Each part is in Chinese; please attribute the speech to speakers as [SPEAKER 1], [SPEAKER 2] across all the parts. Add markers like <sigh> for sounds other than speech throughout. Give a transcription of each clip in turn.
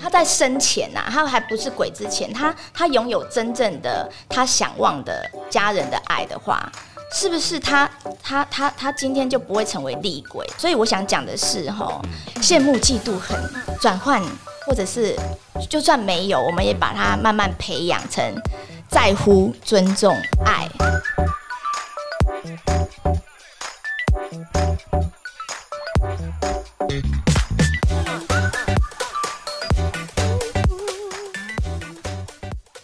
[SPEAKER 1] 他在生前呐、他还不是鬼之前，他他拥有真正的他想望的家人的爱的话，是不是他他他他今天就不会成为厉鬼？所以我想讲的是，吼，羡慕、嫉妒、恨转换，或者是就算没有，我们也把它慢慢培养成在乎、尊重、爱。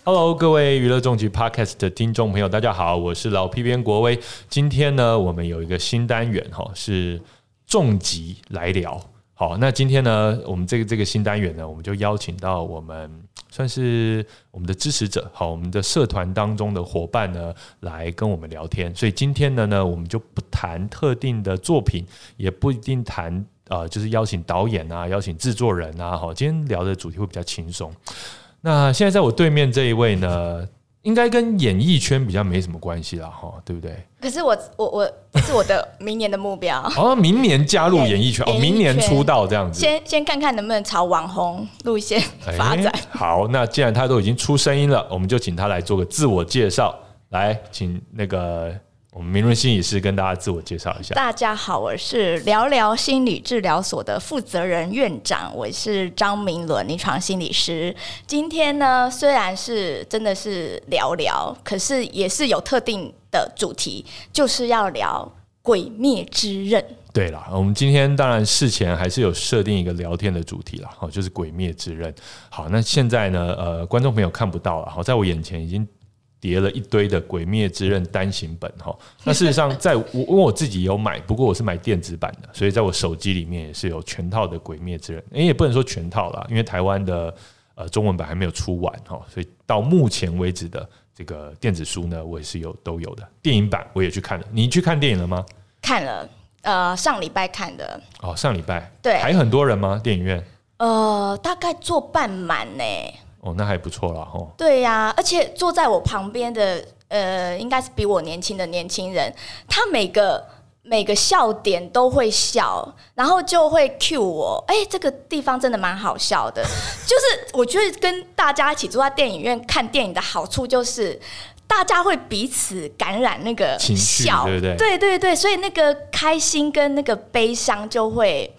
[SPEAKER 2] Hello，各位娱乐重击 Podcast 的听众朋友，大家好，我是老 P 编国威。今天呢，我们有一个新单元哈、是重疾来聊。好，那今天呢，我们这个这个新单元呢，我们就邀请到我们算是我们的支持者，好，我们的社团当中的伙伴呢，来跟我们聊天。所以今天的呢，我们就不谈特定的作品，也不一定谈呃，就是邀请导演啊，邀请制作人啊，好，今天聊的主题会比较轻松。那现在在我对面这一位呢，应该跟演艺圈比较没什么关系啦，哈，对不对？
[SPEAKER 1] 可是我我我这是我的明年的目标，
[SPEAKER 2] 哦，明年加入演艺圈，哦，
[SPEAKER 1] 演艺圈
[SPEAKER 2] 明年出道这样子，
[SPEAKER 1] 先先看看能不能朝网红路线
[SPEAKER 2] 哎
[SPEAKER 1] 发展。
[SPEAKER 2] 好，那既然他都已经出声音了，我们就请他来做个自我介绍。来，请那个我们明润心理师跟大家自我介绍一下。
[SPEAKER 1] 大家好，我是聊聊心理治疗所的负责人院长，我是张明伦临床心理师。今天呢，虽然是真的是聊聊，可是也是有特定的主题，就是要聊《鬼灭之刃》。
[SPEAKER 2] 对啦，我们今天当然事前还是有设定一个聊天的主题啦，好，就是《鬼灭之刃》。好，那现在呢，呃，观众朋友看不到了，好，在我眼前已经叠了一堆的《鬼灭之刃》单行本哈。那事实上，在我因为我自己有买，不过我是买电子版的，所以在我手机里面也是有全套的《鬼灭之刃》，诶，也不能说全套啦，因为台湾的呃中文版还没有出完哈，所以到目前为止的这个电子书呢，我也是有都有的。电影版我也去看了，你去看电影了吗？
[SPEAKER 1] 看了，呃，上礼拜看的，
[SPEAKER 2] 哦，上礼拜
[SPEAKER 1] 对
[SPEAKER 2] 还很多人吗？电影院
[SPEAKER 1] 呃，大概做半满呢、
[SPEAKER 2] 哦，那还不错啦吼。
[SPEAKER 1] 对呀、而且坐在我旁边的呃，应该是比我年轻的年轻人，他每个每个笑点都会笑，然后就会 cue 我，哎、这个地方真的蛮好笑的。 <laughs> 就是我觉得跟大家一起坐在电影院看电影的好处就是。大家会彼此感染那个
[SPEAKER 2] 情绪
[SPEAKER 1] 笑，
[SPEAKER 2] 对不对
[SPEAKER 1] 对对对所以那个开心跟那个悲伤就会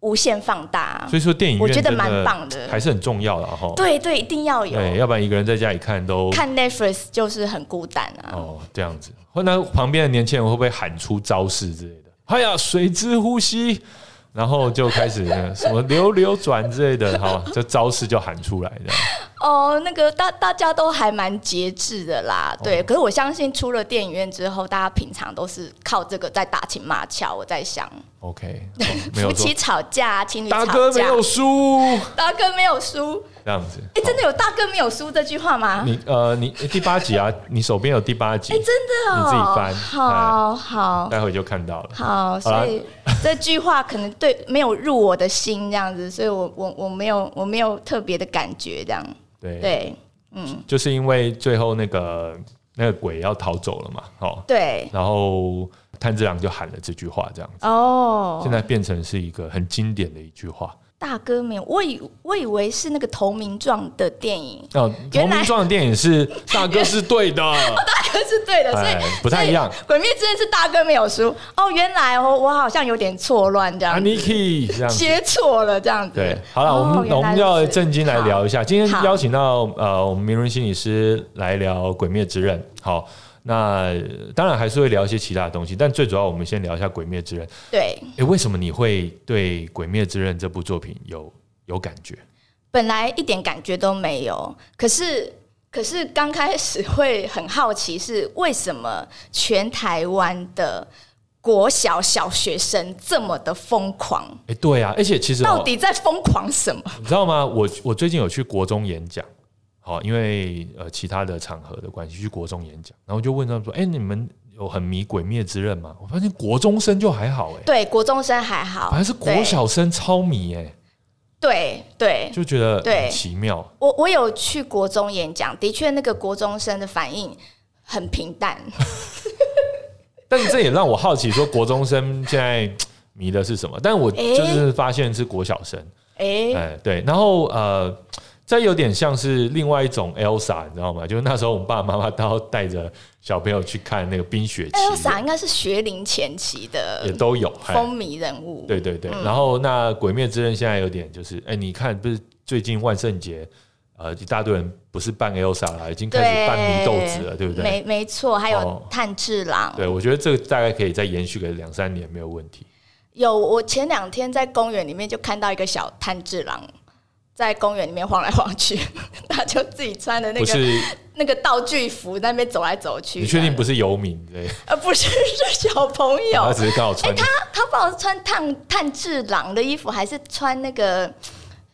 [SPEAKER 1] 无限放大。
[SPEAKER 2] 所以说电影院
[SPEAKER 1] 我觉得
[SPEAKER 2] 真
[SPEAKER 1] 蛮棒的
[SPEAKER 2] 还是很重要的吼。
[SPEAKER 1] 对对，一定要有。
[SPEAKER 2] 对，要不然一个人在家里看都
[SPEAKER 1] 看 Netflix 就是很孤单啊。
[SPEAKER 2] 哦这样子，或那旁边的年轻人会不会喊出招式之类的？哎呀，水之呼吸，然后就开始呃什么流流转之类
[SPEAKER 1] <laughs>
[SPEAKER 2] 的，好，这招式就喊出来这样。
[SPEAKER 1] 哦，那个大大家都还蛮节制的啦，
[SPEAKER 2] 哦
[SPEAKER 1] 对。可是我相信出了电影院之后，大家平常都是靠这个在打情骂俏。我在想，
[SPEAKER 2] OK，哦
[SPEAKER 1] <laughs> 夫
[SPEAKER 2] 没有错
[SPEAKER 1] 妻，吵架、情侣
[SPEAKER 2] 大
[SPEAKER 1] 吵
[SPEAKER 2] 哥没
[SPEAKER 1] 架，
[SPEAKER 2] 有输，
[SPEAKER 1] 大哥没有输。
[SPEAKER 2] 这样子。
[SPEAKER 1] 哎、真的有大哥没有输这句话吗？
[SPEAKER 2] 你呃，你诶第八集啊，你手边有第八集，
[SPEAKER 1] 哎、真的哦，
[SPEAKER 2] 你自己翻
[SPEAKER 1] 好好
[SPEAKER 2] 待会就看到了。
[SPEAKER 1] 好，
[SPEAKER 2] 好啦
[SPEAKER 1] 所以这句话可能对没有入我的心这样子，所以我我我没有我没有特别的感觉这样，
[SPEAKER 2] 对
[SPEAKER 1] 对
[SPEAKER 2] 就是因为最后那个那个鬼要逃走了嘛，哦，
[SPEAKER 1] 对
[SPEAKER 2] 然后炭治郎就喊了这句话，这样子，
[SPEAKER 1] 哦。
[SPEAKER 2] 现在变成是一个很经典的一句话。
[SPEAKER 1] 大哥没有，我以我以为是那个投名状的电影， <laughs>
[SPEAKER 2] 哦，
[SPEAKER 1] 原
[SPEAKER 2] 投
[SPEAKER 1] 来哦
[SPEAKER 2] 名状的电影是大哥是对
[SPEAKER 1] <laughs>
[SPEAKER 2] 的，
[SPEAKER 1] 大哥是对的，所以
[SPEAKER 2] 哎，不太一样。
[SPEAKER 1] 《鬼灭之刃》是大哥没有输哦，原来我我好像有点错乱这样，
[SPEAKER 2] Aniki 这样子。
[SPEAKER 1] 接错了这样子。
[SPEAKER 2] 啊对，好了，
[SPEAKER 1] 哦
[SPEAKER 2] 我们我
[SPEAKER 1] 原来
[SPEAKER 2] 们
[SPEAKER 1] 如
[SPEAKER 2] 要
[SPEAKER 1] 此
[SPEAKER 2] 正经来聊一下。今天
[SPEAKER 1] 好
[SPEAKER 2] 邀请到呃，我们名人心理师来聊《鬼灭之刃》。好，那呃当然还是会聊一些其他的东西，但最主要我们先聊一下《鬼灭之刃》。
[SPEAKER 1] 对，
[SPEAKER 2] 诶，为什么你会对《鬼灭之刃》这部作品有有感觉？
[SPEAKER 1] 本来一点感觉都没有，可是可是刚开始会很好奇，是为什么全台湾的国小小学生这么的疯狂？
[SPEAKER 2] 诶，对啊，而且其实、
[SPEAKER 1] 到
[SPEAKER 2] 哦、
[SPEAKER 1] 底在疯狂什么？
[SPEAKER 2] 你知道吗？我我最近有去国中演讲，好，因为呃其他的场合的关系去国中演讲，然后就问他们说：“诶，你们有很迷《鬼灭之刃》吗？”我发现国中生就还好、诶，
[SPEAKER 1] 对，国中生还好，
[SPEAKER 2] 反正是国小生超迷、诶，
[SPEAKER 1] 对哦对，对
[SPEAKER 2] 就觉得
[SPEAKER 1] 对
[SPEAKER 2] 很奇妙。
[SPEAKER 1] 我我有去国中演讲，的确那个国中生的反应很平
[SPEAKER 2] <laughs>
[SPEAKER 1] 淡。
[SPEAKER 2] 但这也让我好奇，说国中生现在迷的是什么？但我
[SPEAKER 1] 诶
[SPEAKER 2] 就是发现是国小生，
[SPEAKER 1] 哎、哎、
[SPEAKER 2] 哎，对，然后呃，再有点像是另外一种 Elsa，你知道吗？就是那时候我们爸爸妈妈都要带着小朋友去看那个冰雪奇缘
[SPEAKER 1] Elsa 哎应该是学龄前期的
[SPEAKER 2] 也都有，哎
[SPEAKER 1] 风靡人物。
[SPEAKER 2] 对对
[SPEAKER 1] 嗯
[SPEAKER 2] 对。然后那《鬼灭之刃》现在有点就是，哎、你看不是最近万圣节，呃，一大堆人不是扮 Elsa 了，已经开始扮祢豆子了，对不对？
[SPEAKER 1] 没没错，还有
[SPEAKER 2] 哦
[SPEAKER 1] 炭治郎。
[SPEAKER 2] 对，我觉得这个大概可以再延续个两三年没有问题。
[SPEAKER 1] 有，我前两天在公园里面就看到一个小炭治郎在公园里面晃来晃去， <laughs> 他就自己穿的那
[SPEAKER 2] 不
[SPEAKER 1] 个
[SPEAKER 2] 是，
[SPEAKER 1] 那个道具服在那边走来走去。
[SPEAKER 2] 你确定不是游民对？
[SPEAKER 1] 呃，不是，是小朋
[SPEAKER 2] 他
[SPEAKER 1] 友。
[SPEAKER 2] 只是刚好穿的。
[SPEAKER 1] 哎他不好穿炭炭治郎的衣服，还是穿那个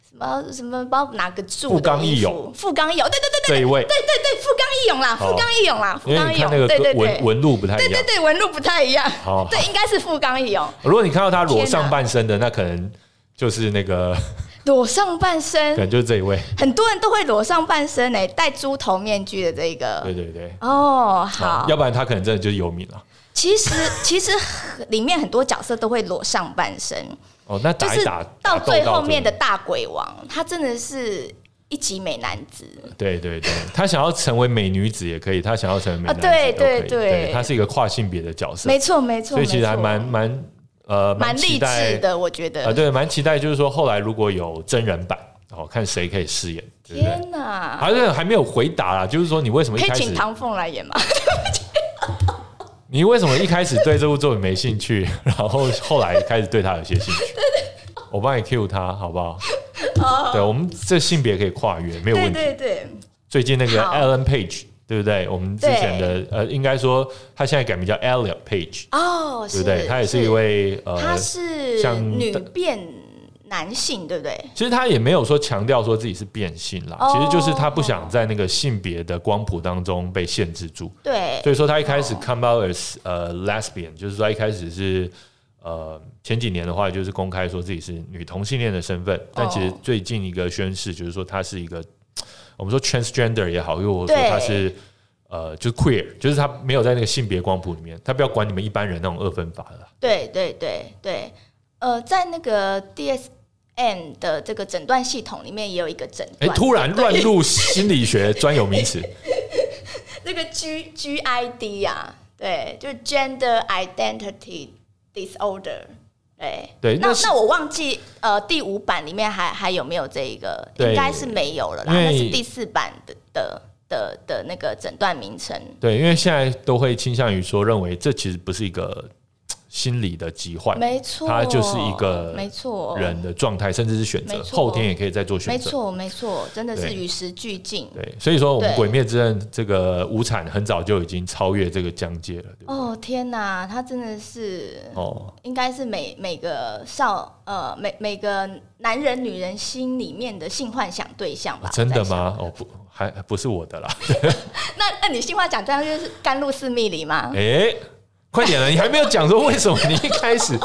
[SPEAKER 1] 什么什么，不知道哪个柱
[SPEAKER 2] 富冈
[SPEAKER 1] 的衣
[SPEAKER 2] 义
[SPEAKER 1] 服
[SPEAKER 2] 勇，
[SPEAKER 1] 富冈义勇，对对对
[SPEAKER 2] 这一位，
[SPEAKER 1] 对对对，富冈义勇啦，
[SPEAKER 2] 哦
[SPEAKER 1] 富冈义勇啦，富
[SPEAKER 2] 因为
[SPEAKER 1] 冈
[SPEAKER 2] 你
[SPEAKER 1] 义
[SPEAKER 2] 看
[SPEAKER 1] 勇，
[SPEAKER 2] 那个
[SPEAKER 1] 对对
[SPEAKER 2] 跟
[SPEAKER 1] 对
[SPEAKER 2] 纹，纹路不太一
[SPEAKER 1] 对对
[SPEAKER 2] 样。
[SPEAKER 1] 对，纹路不太一样
[SPEAKER 2] 好好，
[SPEAKER 1] 对，应该是富冈义勇，
[SPEAKER 2] 如果你看到他裸
[SPEAKER 1] 天哪
[SPEAKER 2] 上半身的，那可能就是
[SPEAKER 1] <laughs>
[SPEAKER 2] 那个，
[SPEAKER 1] 裸上半身
[SPEAKER 2] 可，能就是这一位。
[SPEAKER 1] 很多人都会裸上半身诶，戴猪头面具的这个
[SPEAKER 2] 对。对对，
[SPEAKER 1] 哦，呃好
[SPEAKER 2] 要。不然他可能真的就是游民了。
[SPEAKER 1] 其实其实很里面很多角色都会裸上半身，
[SPEAKER 2] 哦，那
[SPEAKER 1] 就
[SPEAKER 2] 打一
[SPEAKER 1] 是
[SPEAKER 2] 打，
[SPEAKER 1] 到
[SPEAKER 2] 打斗
[SPEAKER 1] 最后面的
[SPEAKER 2] 这
[SPEAKER 1] 大鬼王，他真的是一级美男子。
[SPEAKER 2] 个，对对对，他想要成为美女子也可以，他想要成为美男子
[SPEAKER 1] 啊对
[SPEAKER 2] 都可
[SPEAKER 1] 对
[SPEAKER 2] 以
[SPEAKER 1] 对
[SPEAKER 2] 对，他是一个跨性别的角色，
[SPEAKER 1] 没错，没错，
[SPEAKER 2] 所以其
[SPEAKER 1] 没
[SPEAKER 2] 实
[SPEAKER 1] 错
[SPEAKER 2] 还蛮蛮呃
[SPEAKER 1] 蛮
[SPEAKER 2] 期
[SPEAKER 1] 励
[SPEAKER 2] 待
[SPEAKER 1] 志的，我觉
[SPEAKER 2] 啊，
[SPEAKER 1] 得。
[SPEAKER 2] 对，蛮期待，就是说后来如果有真人版，哦，看谁可以饰演，对不对？
[SPEAKER 1] 天哪！
[SPEAKER 2] 好像还没有回答啦，就是说你为什么一
[SPEAKER 1] 可以
[SPEAKER 2] 开始
[SPEAKER 1] 请唐凤来演吗？
[SPEAKER 2] 你为什么一开始对这部作品没兴趣， <laughs> 然后后来开始对他有些兴趣？我帮你 cue 他，好不好？对，我们这性别可以跨越，没有
[SPEAKER 1] 哦对
[SPEAKER 2] 问题。
[SPEAKER 1] 对对，
[SPEAKER 2] 最近那个
[SPEAKER 1] 好
[SPEAKER 2] Alan Page，对不对？我们之前的呃，应该说他现在改名叫 Elliot Page，
[SPEAKER 1] 哦，
[SPEAKER 2] 对
[SPEAKER 1] 是
[SPEAKER 2] 不对？他也是一，位呃
[SPEAKER 1] 他，是
[SPEAKER 2] 像
[SPEAKER 1] 女变男性，对不对？
[SPEAKER 2] 其实他也没有说强调说自己是变性啦，
[SPEAKER 1] 哦
[SPEAKER 2] 其实就是他不想在那个性别的光谱当中被限制住。
[SPEAKER 1] 对
[SPEAKER 2] 所以说他一开始 come out as 呃 lesbian，就是说他一开始是呃前几年的话，就是公开说自己是女同性恋的身份，
[SPEAKER 1] 哦
[SPEAKER 2] 但其实最近一个宣誓就是说他是一个我们说 transgender 也好，又或者说
[SPEAKER 1] 对
[SPEAKER 2] 他是呃就是 queer，就是他没有在那个性别光谱里面，他不要管你们一般人那种二分法了。
[SPEAKER 1] 对对对对，呃，在那个 DSM 的这个诊断系统里面也有一个诊
[SPEAKER 2] 哎、
[SPEAKER 1] 断，
[SPEAKER 2] 突然
[SPEAKER 1] 对
[SPEAKER 2] 乱入心理学专有
[SPEAKER 1] <laughs>
[SPEAKER 2] 名词，
[SPEAKER 1] 这个 G GID 呀、啊，对，就是 Gender Identity Disorder，对
[SPEAKER 2] 对
[SPEAKER 1] 那
[SPEAKER 2] 那是
[SPEAKER 1] 那我忘记呃第五版里面还还有没有这一个，
[SPEAKER 2] 对
[SPEAKER 1] 应该是没有了啦，
[SPEAKER 2] 因为
[SPEAKER 1] 那是第四版的的的的那个诊断名称。
[SPEAKER 2] 对，因为现在都会倾向于说认为这其实不是一个嘖心理的疾患，
[SPEAKER 1] 没错，
[SPEAKER 2] 它就是一个
[SPEAKER 1] 没错
[SPEAKER 2] 人的状态，甚至是选择
[SPEAKER 1] 哦没，错
[SPEAKER 2] 后天也可以再做
[SPEAKER 1] 没
[SPEAKER 2] 选择。
[SPEAKER 1] 错没错，真的是
[SPEAKER 2] 对
[SPEAKER 1] 与时俱进。
[SPEAKER 2] 对，所以说我们《
[SPEAKER 1] 对
[SPEAKER 2] 鬼灭之刃》这个无产很早就已经超越这个疆界了。对吧
[SPEAKER 1] 哦天哪，他真的是
[SPEAKER 2] 哦，
[SPEAKER 1] 应该是每每个少呃每每个男人女人心里面的性幻想对象吧？
[SPEAKER 2] 真
[SPEAKER 1] 我
[SPEAKER 2] 的
[SPEAKER 1] 在想？
[SPEAKER 2] 吗？哦，不，还不是我的啦。 <laughs>
[SPEAKER 1] 那那你性幻想对 <laughs> 象就是甘露寺蜜梨吗？
[SPEAKER 2] 哎，快点了，你还没有讲说为什么你一开
[SPEAKER 1] <laughs>
[SPEAKER 2] 始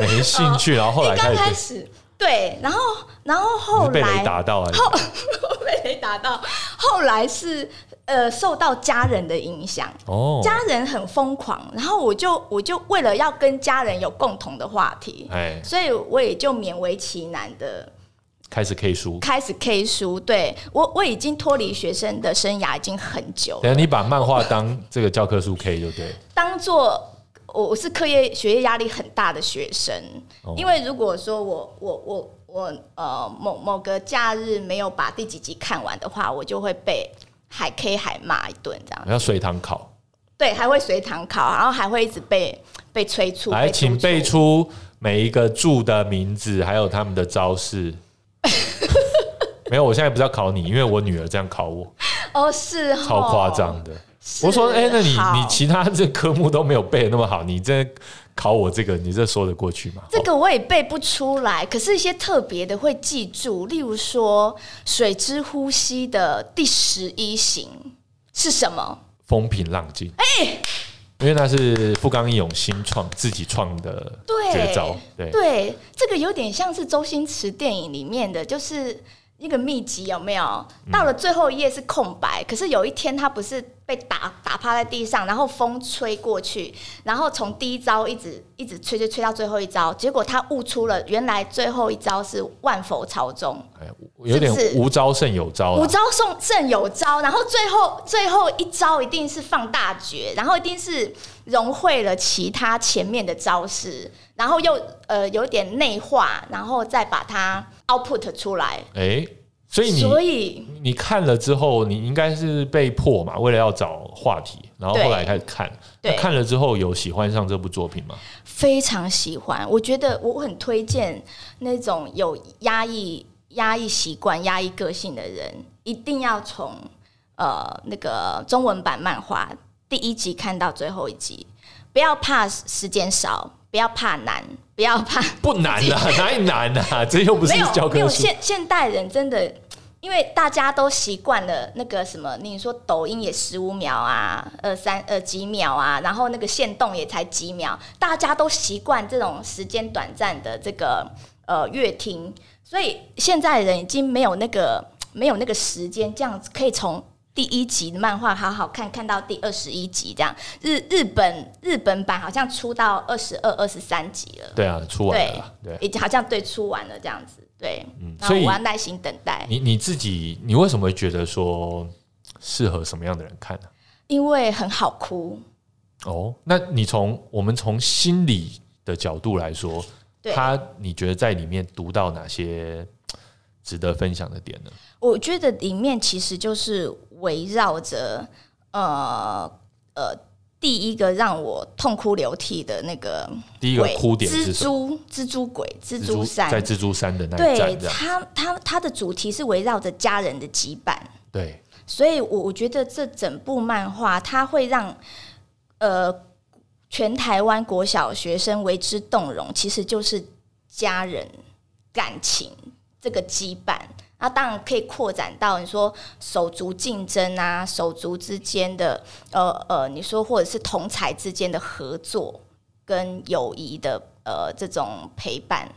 [SPEAKER 2] 没兴趣，然后哎后来
[SPEAKER 1] 哦刚
[SPEAKER 2] 开
[SPEAKER 1] 开
[SPEAKER 2] 始
[SPEAKER 1] 始对，然后然后
[SPEAKER 2] 你
[SPEAKER 1] 后
[SPEAKER 2] 是被
[SPEAKER 1] 来
[SPEAKER 2] 雷打到啊？
[SPEAKER 1] 我 <laughs> 被雷打到，后来是呃受到家人的影响。
[SPEAKER 2] 哦，
[SPEAKER 1] 家人很疯狂，然后我就我就为了要跟家人有共同的话题，
[SPEAKER 2] 哎，
[SPEAKER 1] 所以我也就勉为其难的
[SPEAKER 2] 开始 K 书。
[SPEAKER 1] 开始 K 书，对我我已经脱离学生的生涯已经很久了，
[SPEAKER 2] 等下你把漫画当这个教科书 K 就对了。
[SPEAKER 1] 当做我我是课业学业压力很大的学生，
[SPEAKER 2] 哦
[SPEAKER 1] 因为如果说我我我我呃某某个假日没有把第几集看完的话，我就会被海 K 海骂一顿这样，
[SPEAKER 2] 要随堂考。
[SPEAKER 1] 对，还会随堂考，然后还会一直被被催促，
[SPEAKER 2] 来，
[SPEAKER 1] 被督
[SPEAKER 2] 请
[SPEAKER 1] 促
[SPEAKER 2] 背出每一个柱的名字，还有他们的招式。
[SPEAKER 1] <laughs>
[SPEAKER 2] 没有，我现在不是要考你，因为我女儿这样考我，
[SPEAKER 1] 哦，是哦
[SPEAKER 2] 超夸，张的。
[SPEAKER 1] 是
[SPEAKER 2] 我说，哎、那你你
[SPEAKER 1] 好
[SPEAKER 2] 其他这科目都没有背得那么好，你这考我这个，你这说得过去吗？
[SPEAKER 1] 这个我也背不出来，可是一些特别的会记住，例如说水之呼吸的第十一型是什么？
[SPEAKER 2] 风平浪静，哎、因为那是富冈义勇新创自己创的
[SPEAKER 1] 对，
[SPEAKER 2] 绝招，对，
[SPEAKER 1] 对，这个有点像是周星驰电影里面的，就是。那个秘籍有没有？
[SPEAKER 2] 嗯
[SPEAKER 1] 到了最后一页是空白，可是有一天他不是被打打趴在地上，然后风吹过去，然后从第一招一直一直吹吹吹到最后一招，结果他悟出了原来最后一招是万佛朝宗。
[SPEAKER 2] 哎，有点
[SPEAKER 1] 是不是
[SPEAKER 2] 无招胜有招
[SPEAKER 1] 五
[SPEAKER 2] 了。
[SPEAKER 1] 招送胜有招，然后最后最后一招一定是放大绝，然后一定是融汇了其他前面的招式，然后又呃有点内化，然后再把它 output 出来。
[SPEAKER 2] 哎，所以
[SPEAKER 1] 所
[SPEAKER 2] 你
[SPEAKER 1] 以
[SPEAKER 2] 你看了之后，你应该是被迫嘛，为了要找话题，然后
[SPEAKER 1] 对
[SPEAKER 2] 后来开始看。
[SPEAKER 1] 对
[SPEAKER 2] 那看了之后有喜欢上这部作品吗？
[SPEAKER 1] 非常喜欢，我觉得我很推荐那种有压抑、压抑习惯、压抑个性的人，一定要从呃那个中文版漫画第一集看到最后一集，不要怕时间少，不要怕难，不要怕
[SPEAKER 2] 不难啊，哪里难啊？ <laughs> 这又不是
[SPEAKER 1] 没有
[SPEAKER 2] 教
[SPEAKER 1] 没
[SPEAKER 2] 科
[SPEAKER 1] 有
[SPEAKER 2] 书。
[SPEAKER 1] 现现代人真的，因为大家都习惯了那个什么，你说抖音也十五秒啊，呃三呃几秒啊，然后那个限动也才几秒，大家都习惯这种时间短暂的这个呃乐听，所以现在人已经没有那个没有那个时间，这样子可以从。第一集的漫画好好看，看到第二十一集这样。日日本日本版好像出到二十二、二十三集了。
[SPEAKER 2] 对啊，出完了啦。对，嗯
[SPEAKER 1] 已经好像对出完了这样子，对，然后
[SPEAKER 2] 所以
[SPEAKER 1] 我要耐心等待，
[SPEAKER 2] 你你自己，你为什么会觉得说适合什么样的人看呢、
[SPEAKER 1] 因为很好哭，
[SPEAKER 2] 哦，那你从我们从心理的角度来说，
[SPEAKER 1] 对
[SPEAKER 2] 他你觉得在里面读到哪些嘖值得分享的点呢？
[SPEAKER 1] 我觉得里面其实就是围绕着呃呃第一个让我痛哭流涕的那个
[SPEAKER 2] 第一个
[SPEAKER 1] 鬼
[SPEAKER 2] 哭点是
[SPEAKER 1] 蜘
[SPEAKER 2] 什么？
[SPEAKER 1] 蛛蜘蛛鬼蜘
[SPEAKER 2] 蜘
[SPEAKER 1] 蛛山，
[SPEAKER 2] 在蜘蛛山的那一
[SPEAKER 1] 对
[SPEAKER 2] 站，这样
[SPEAKER 1] 它它它的主题是围绕着家人的羁绊，
[SPEAKER 2] 对，
[SPEAKER 1] 所以我我觉得这整部漫画它会让呃全台湾国小学生为之动容，其实就是家人感情这个羁绊。那当然可以扩展到你说手足竞争啊，手足之间的呃呃，你说或者是同才之间的合作跟友谊的呃这种陪伴，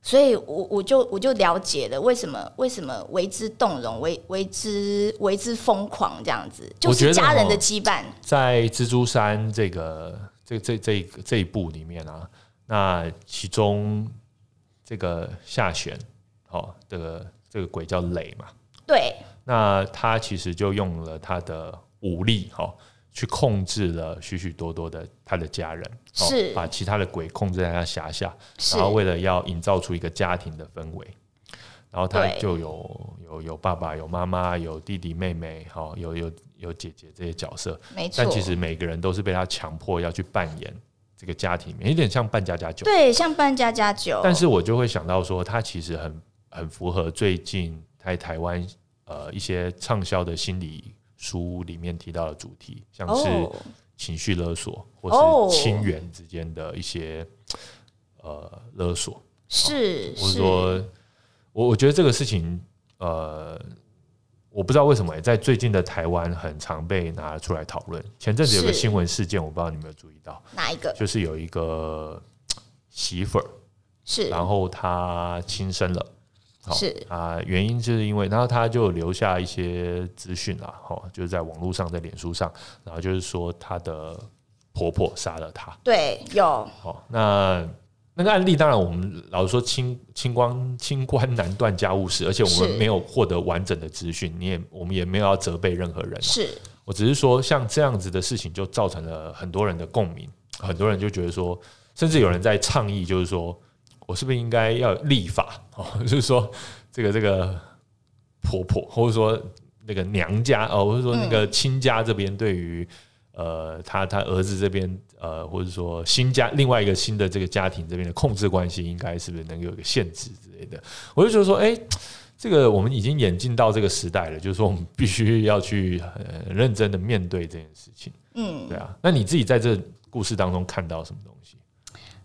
[SPEAKER 1] 所以我我就我就了解了为什么为什么为之动容，为为之为之疯狂这样子，就
[SPEAKER 2] 我觉
[SPEAKER 1] 是
[SPEAKER 2] 得
[SPEAKER 1] 家人
[SPEAKER 2] 哦
[SPEAKER 1] 的羁绊。
[SPEAKER 2] 在蜘蛛山这个这这这这一部里面啊，那其中这个下弦，哦，这个这个鬼叫磊嘛，
[SPEAKER 1] 对
[SPEAKER 2] 那他其实就用了他的武力哈、哦，去控制了许许多多的他的家人，哦
[SPEAKER 1] 是
[SPEAKER 2] 把其他的鬼控制在他辖下，
[SPEAKER 1] 是
[SPEAKER 2] 然后为了要营造出一个家庭的氛围，然后他
[SPEAKER 1] 对
[SPEAKER 2] 就有有有爸爸、有妈妈、有弟弟妹妹，好、哦、有有有姐姐这些角色，
[SPEAKER 1] 没错
[SPEAKER 2] 但。其实每个人都是被他强迫要去扮演这个家庭里面，有点像扮家家酒。
[SPEAKER 1] 对，像扮家家酒，
[SPEAKER 2] 但是我就会想到说，它其实很很符合最近在台湾呃一些畅销的心理书里面提到的主题，像是
[SPEAKER 1] 哦，
[SPEAKER 2] 情绪勒索
[SPEAKER 1] 哦
[SPEAKER 2] 或是亲缘之间的一些呃勒索，
[SPEAKER 1] 是
[SPEAKER 2] 或者
[SPEAKER 1] 是，
[SPEAKER 2] 说，我我觉得这个事情呃。我不知道为什么、欸在最近的台湾很常被拿出来讨论。前阵子有个
[SPEAKER 1] 是
[SPEAKER 2] 新闻事件，我不知道你有没有注意到，
[SPEAKER 1] 哪一个
[SPEAKER 2] 就是有一个嘖媳妇儿，
[SPEAKER 1] 是
[SPEAKER 2] 然后她轻生了。好
[SPEAKER 1] 是
[SPEAKER 2] 啊、原因就是因为，然后她就留下一些资讯啦，哦，就是在网络上，在脸书上，然后就是说她的婆婆杀了她。
[SPEAKER 1] 对有
[SPEAKER 2] 哦，那那个案例当然我们老实说清清官清官难断家务事，而且我们
[SPEAKER 1] 是
[SPEAKER 2] 没有获得完整的资讯，你也我们也没有要责备任何人啊。
[SPEAKER 1] 是
[SPEAKER 2] 我只是说，像这样子的事情就造成了很多人的共鸣，很多人就觉得说，甚至有人在倡议，就是说我是不是应该要立法？ <laughs> 哦，就是说这个这个婆婆，或者说那个娘家，哦，或者说那个亲家这边对于。呃，他他儿子这边，呃，或者说新家另外一个新的这个家庭这边的控制关系，应该是不是能有一个限制之类的？我就觉得说，哎、这个我们已经演进到这个时代了，就是说我们必须要去很认真的面对这件事情，
[SPEAKER 1] 嗯
[SPEAKER 2] 对啊。那你自己在这故事当中看到什么东西？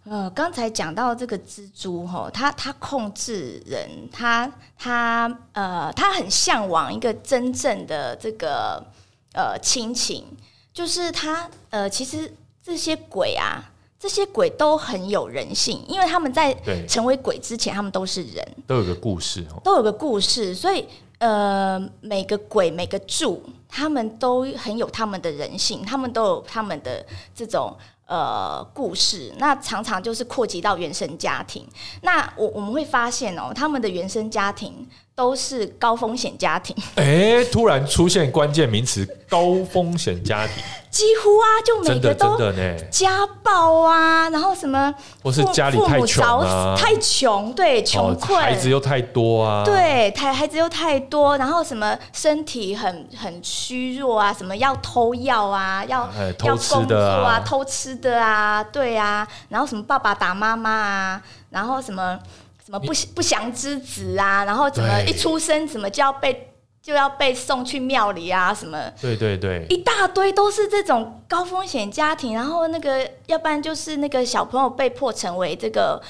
[SPEAKER 1] 呃，刚才讲到这个蜘蛛哈，它它控制人，它它呃，它很向往一个真正的这个呃亲情，就是它呃，其实这些鬼啊，这些鬼都很有人性，因为他们在
[SPEAKER 2] 对
[SPEAKER 1] 成为鬼之前，他们都是人，
[SPEAKER 2] 都有个故事哦。
[SPEAKER 1] 都有个故事，所以呃，每个鬼每个柱，他们都很有他们的人性，他们都有他们的这种呃故事。那常常就是扩及到原生家庭。那我我们会发现哦，他们的原生家庭都是高风险家庭， <laughs>
[SPEAKER 2] 哎，突然出现关键名词“高风险家庭
[SPEAKER 1] 几乎啊，就”，每
[SPEAKER 2] 真
[SPEAKER 1] 个
[SPEAKER 2] 的真
[SPEAKER 1] 都
[SPEAKER 2] 的呢，
[SPEAKER 1] 家暴啊，然后什么
[SPEAKER 2] 或是
[SPEAKER 1] 父
[SPEAKER 2] 家里
[SPEAKER 1] 父
[SPEAKER 2] 太
[SPEAKER 1] 母
[SPEAKER 2] 穷
[SPEAKER 1] 早
[SPEAKER 2] 啊，
[SPEAKER 1] 死太穷，对，穷
[SPEAKER 2] 哦
[SPEAKER 1] 困，
[SPEAKER 2] 孩子又太多啊，，
[SPEAKER 1] 对，台孩子又太多，然后什么身体很很虚弱啊，什么要偷药啊，要、
[SPEAKER 2] 哎偷
[SPEAKER 1] 要
[SPEAKER 2] 吃
[SPEAKER 1] 工作
[SPEAKER 2] 的啊
[SPEAKER 1] 啊，偷吃的啊，对啊，然后什么爸爸打妈妈啊，然后什么什么不不祥之子啊，然后怎么
[SPEAKER 2] 对
[SPEAKER 1] 一出生怎么就要被就要被送去庙里啊，什么
[SPEAKER 2] 对对对，
[SPEAKER 1] 一大堆都是这种高风险家庭，然后那个要不然就是那个小朋友被迫成为这个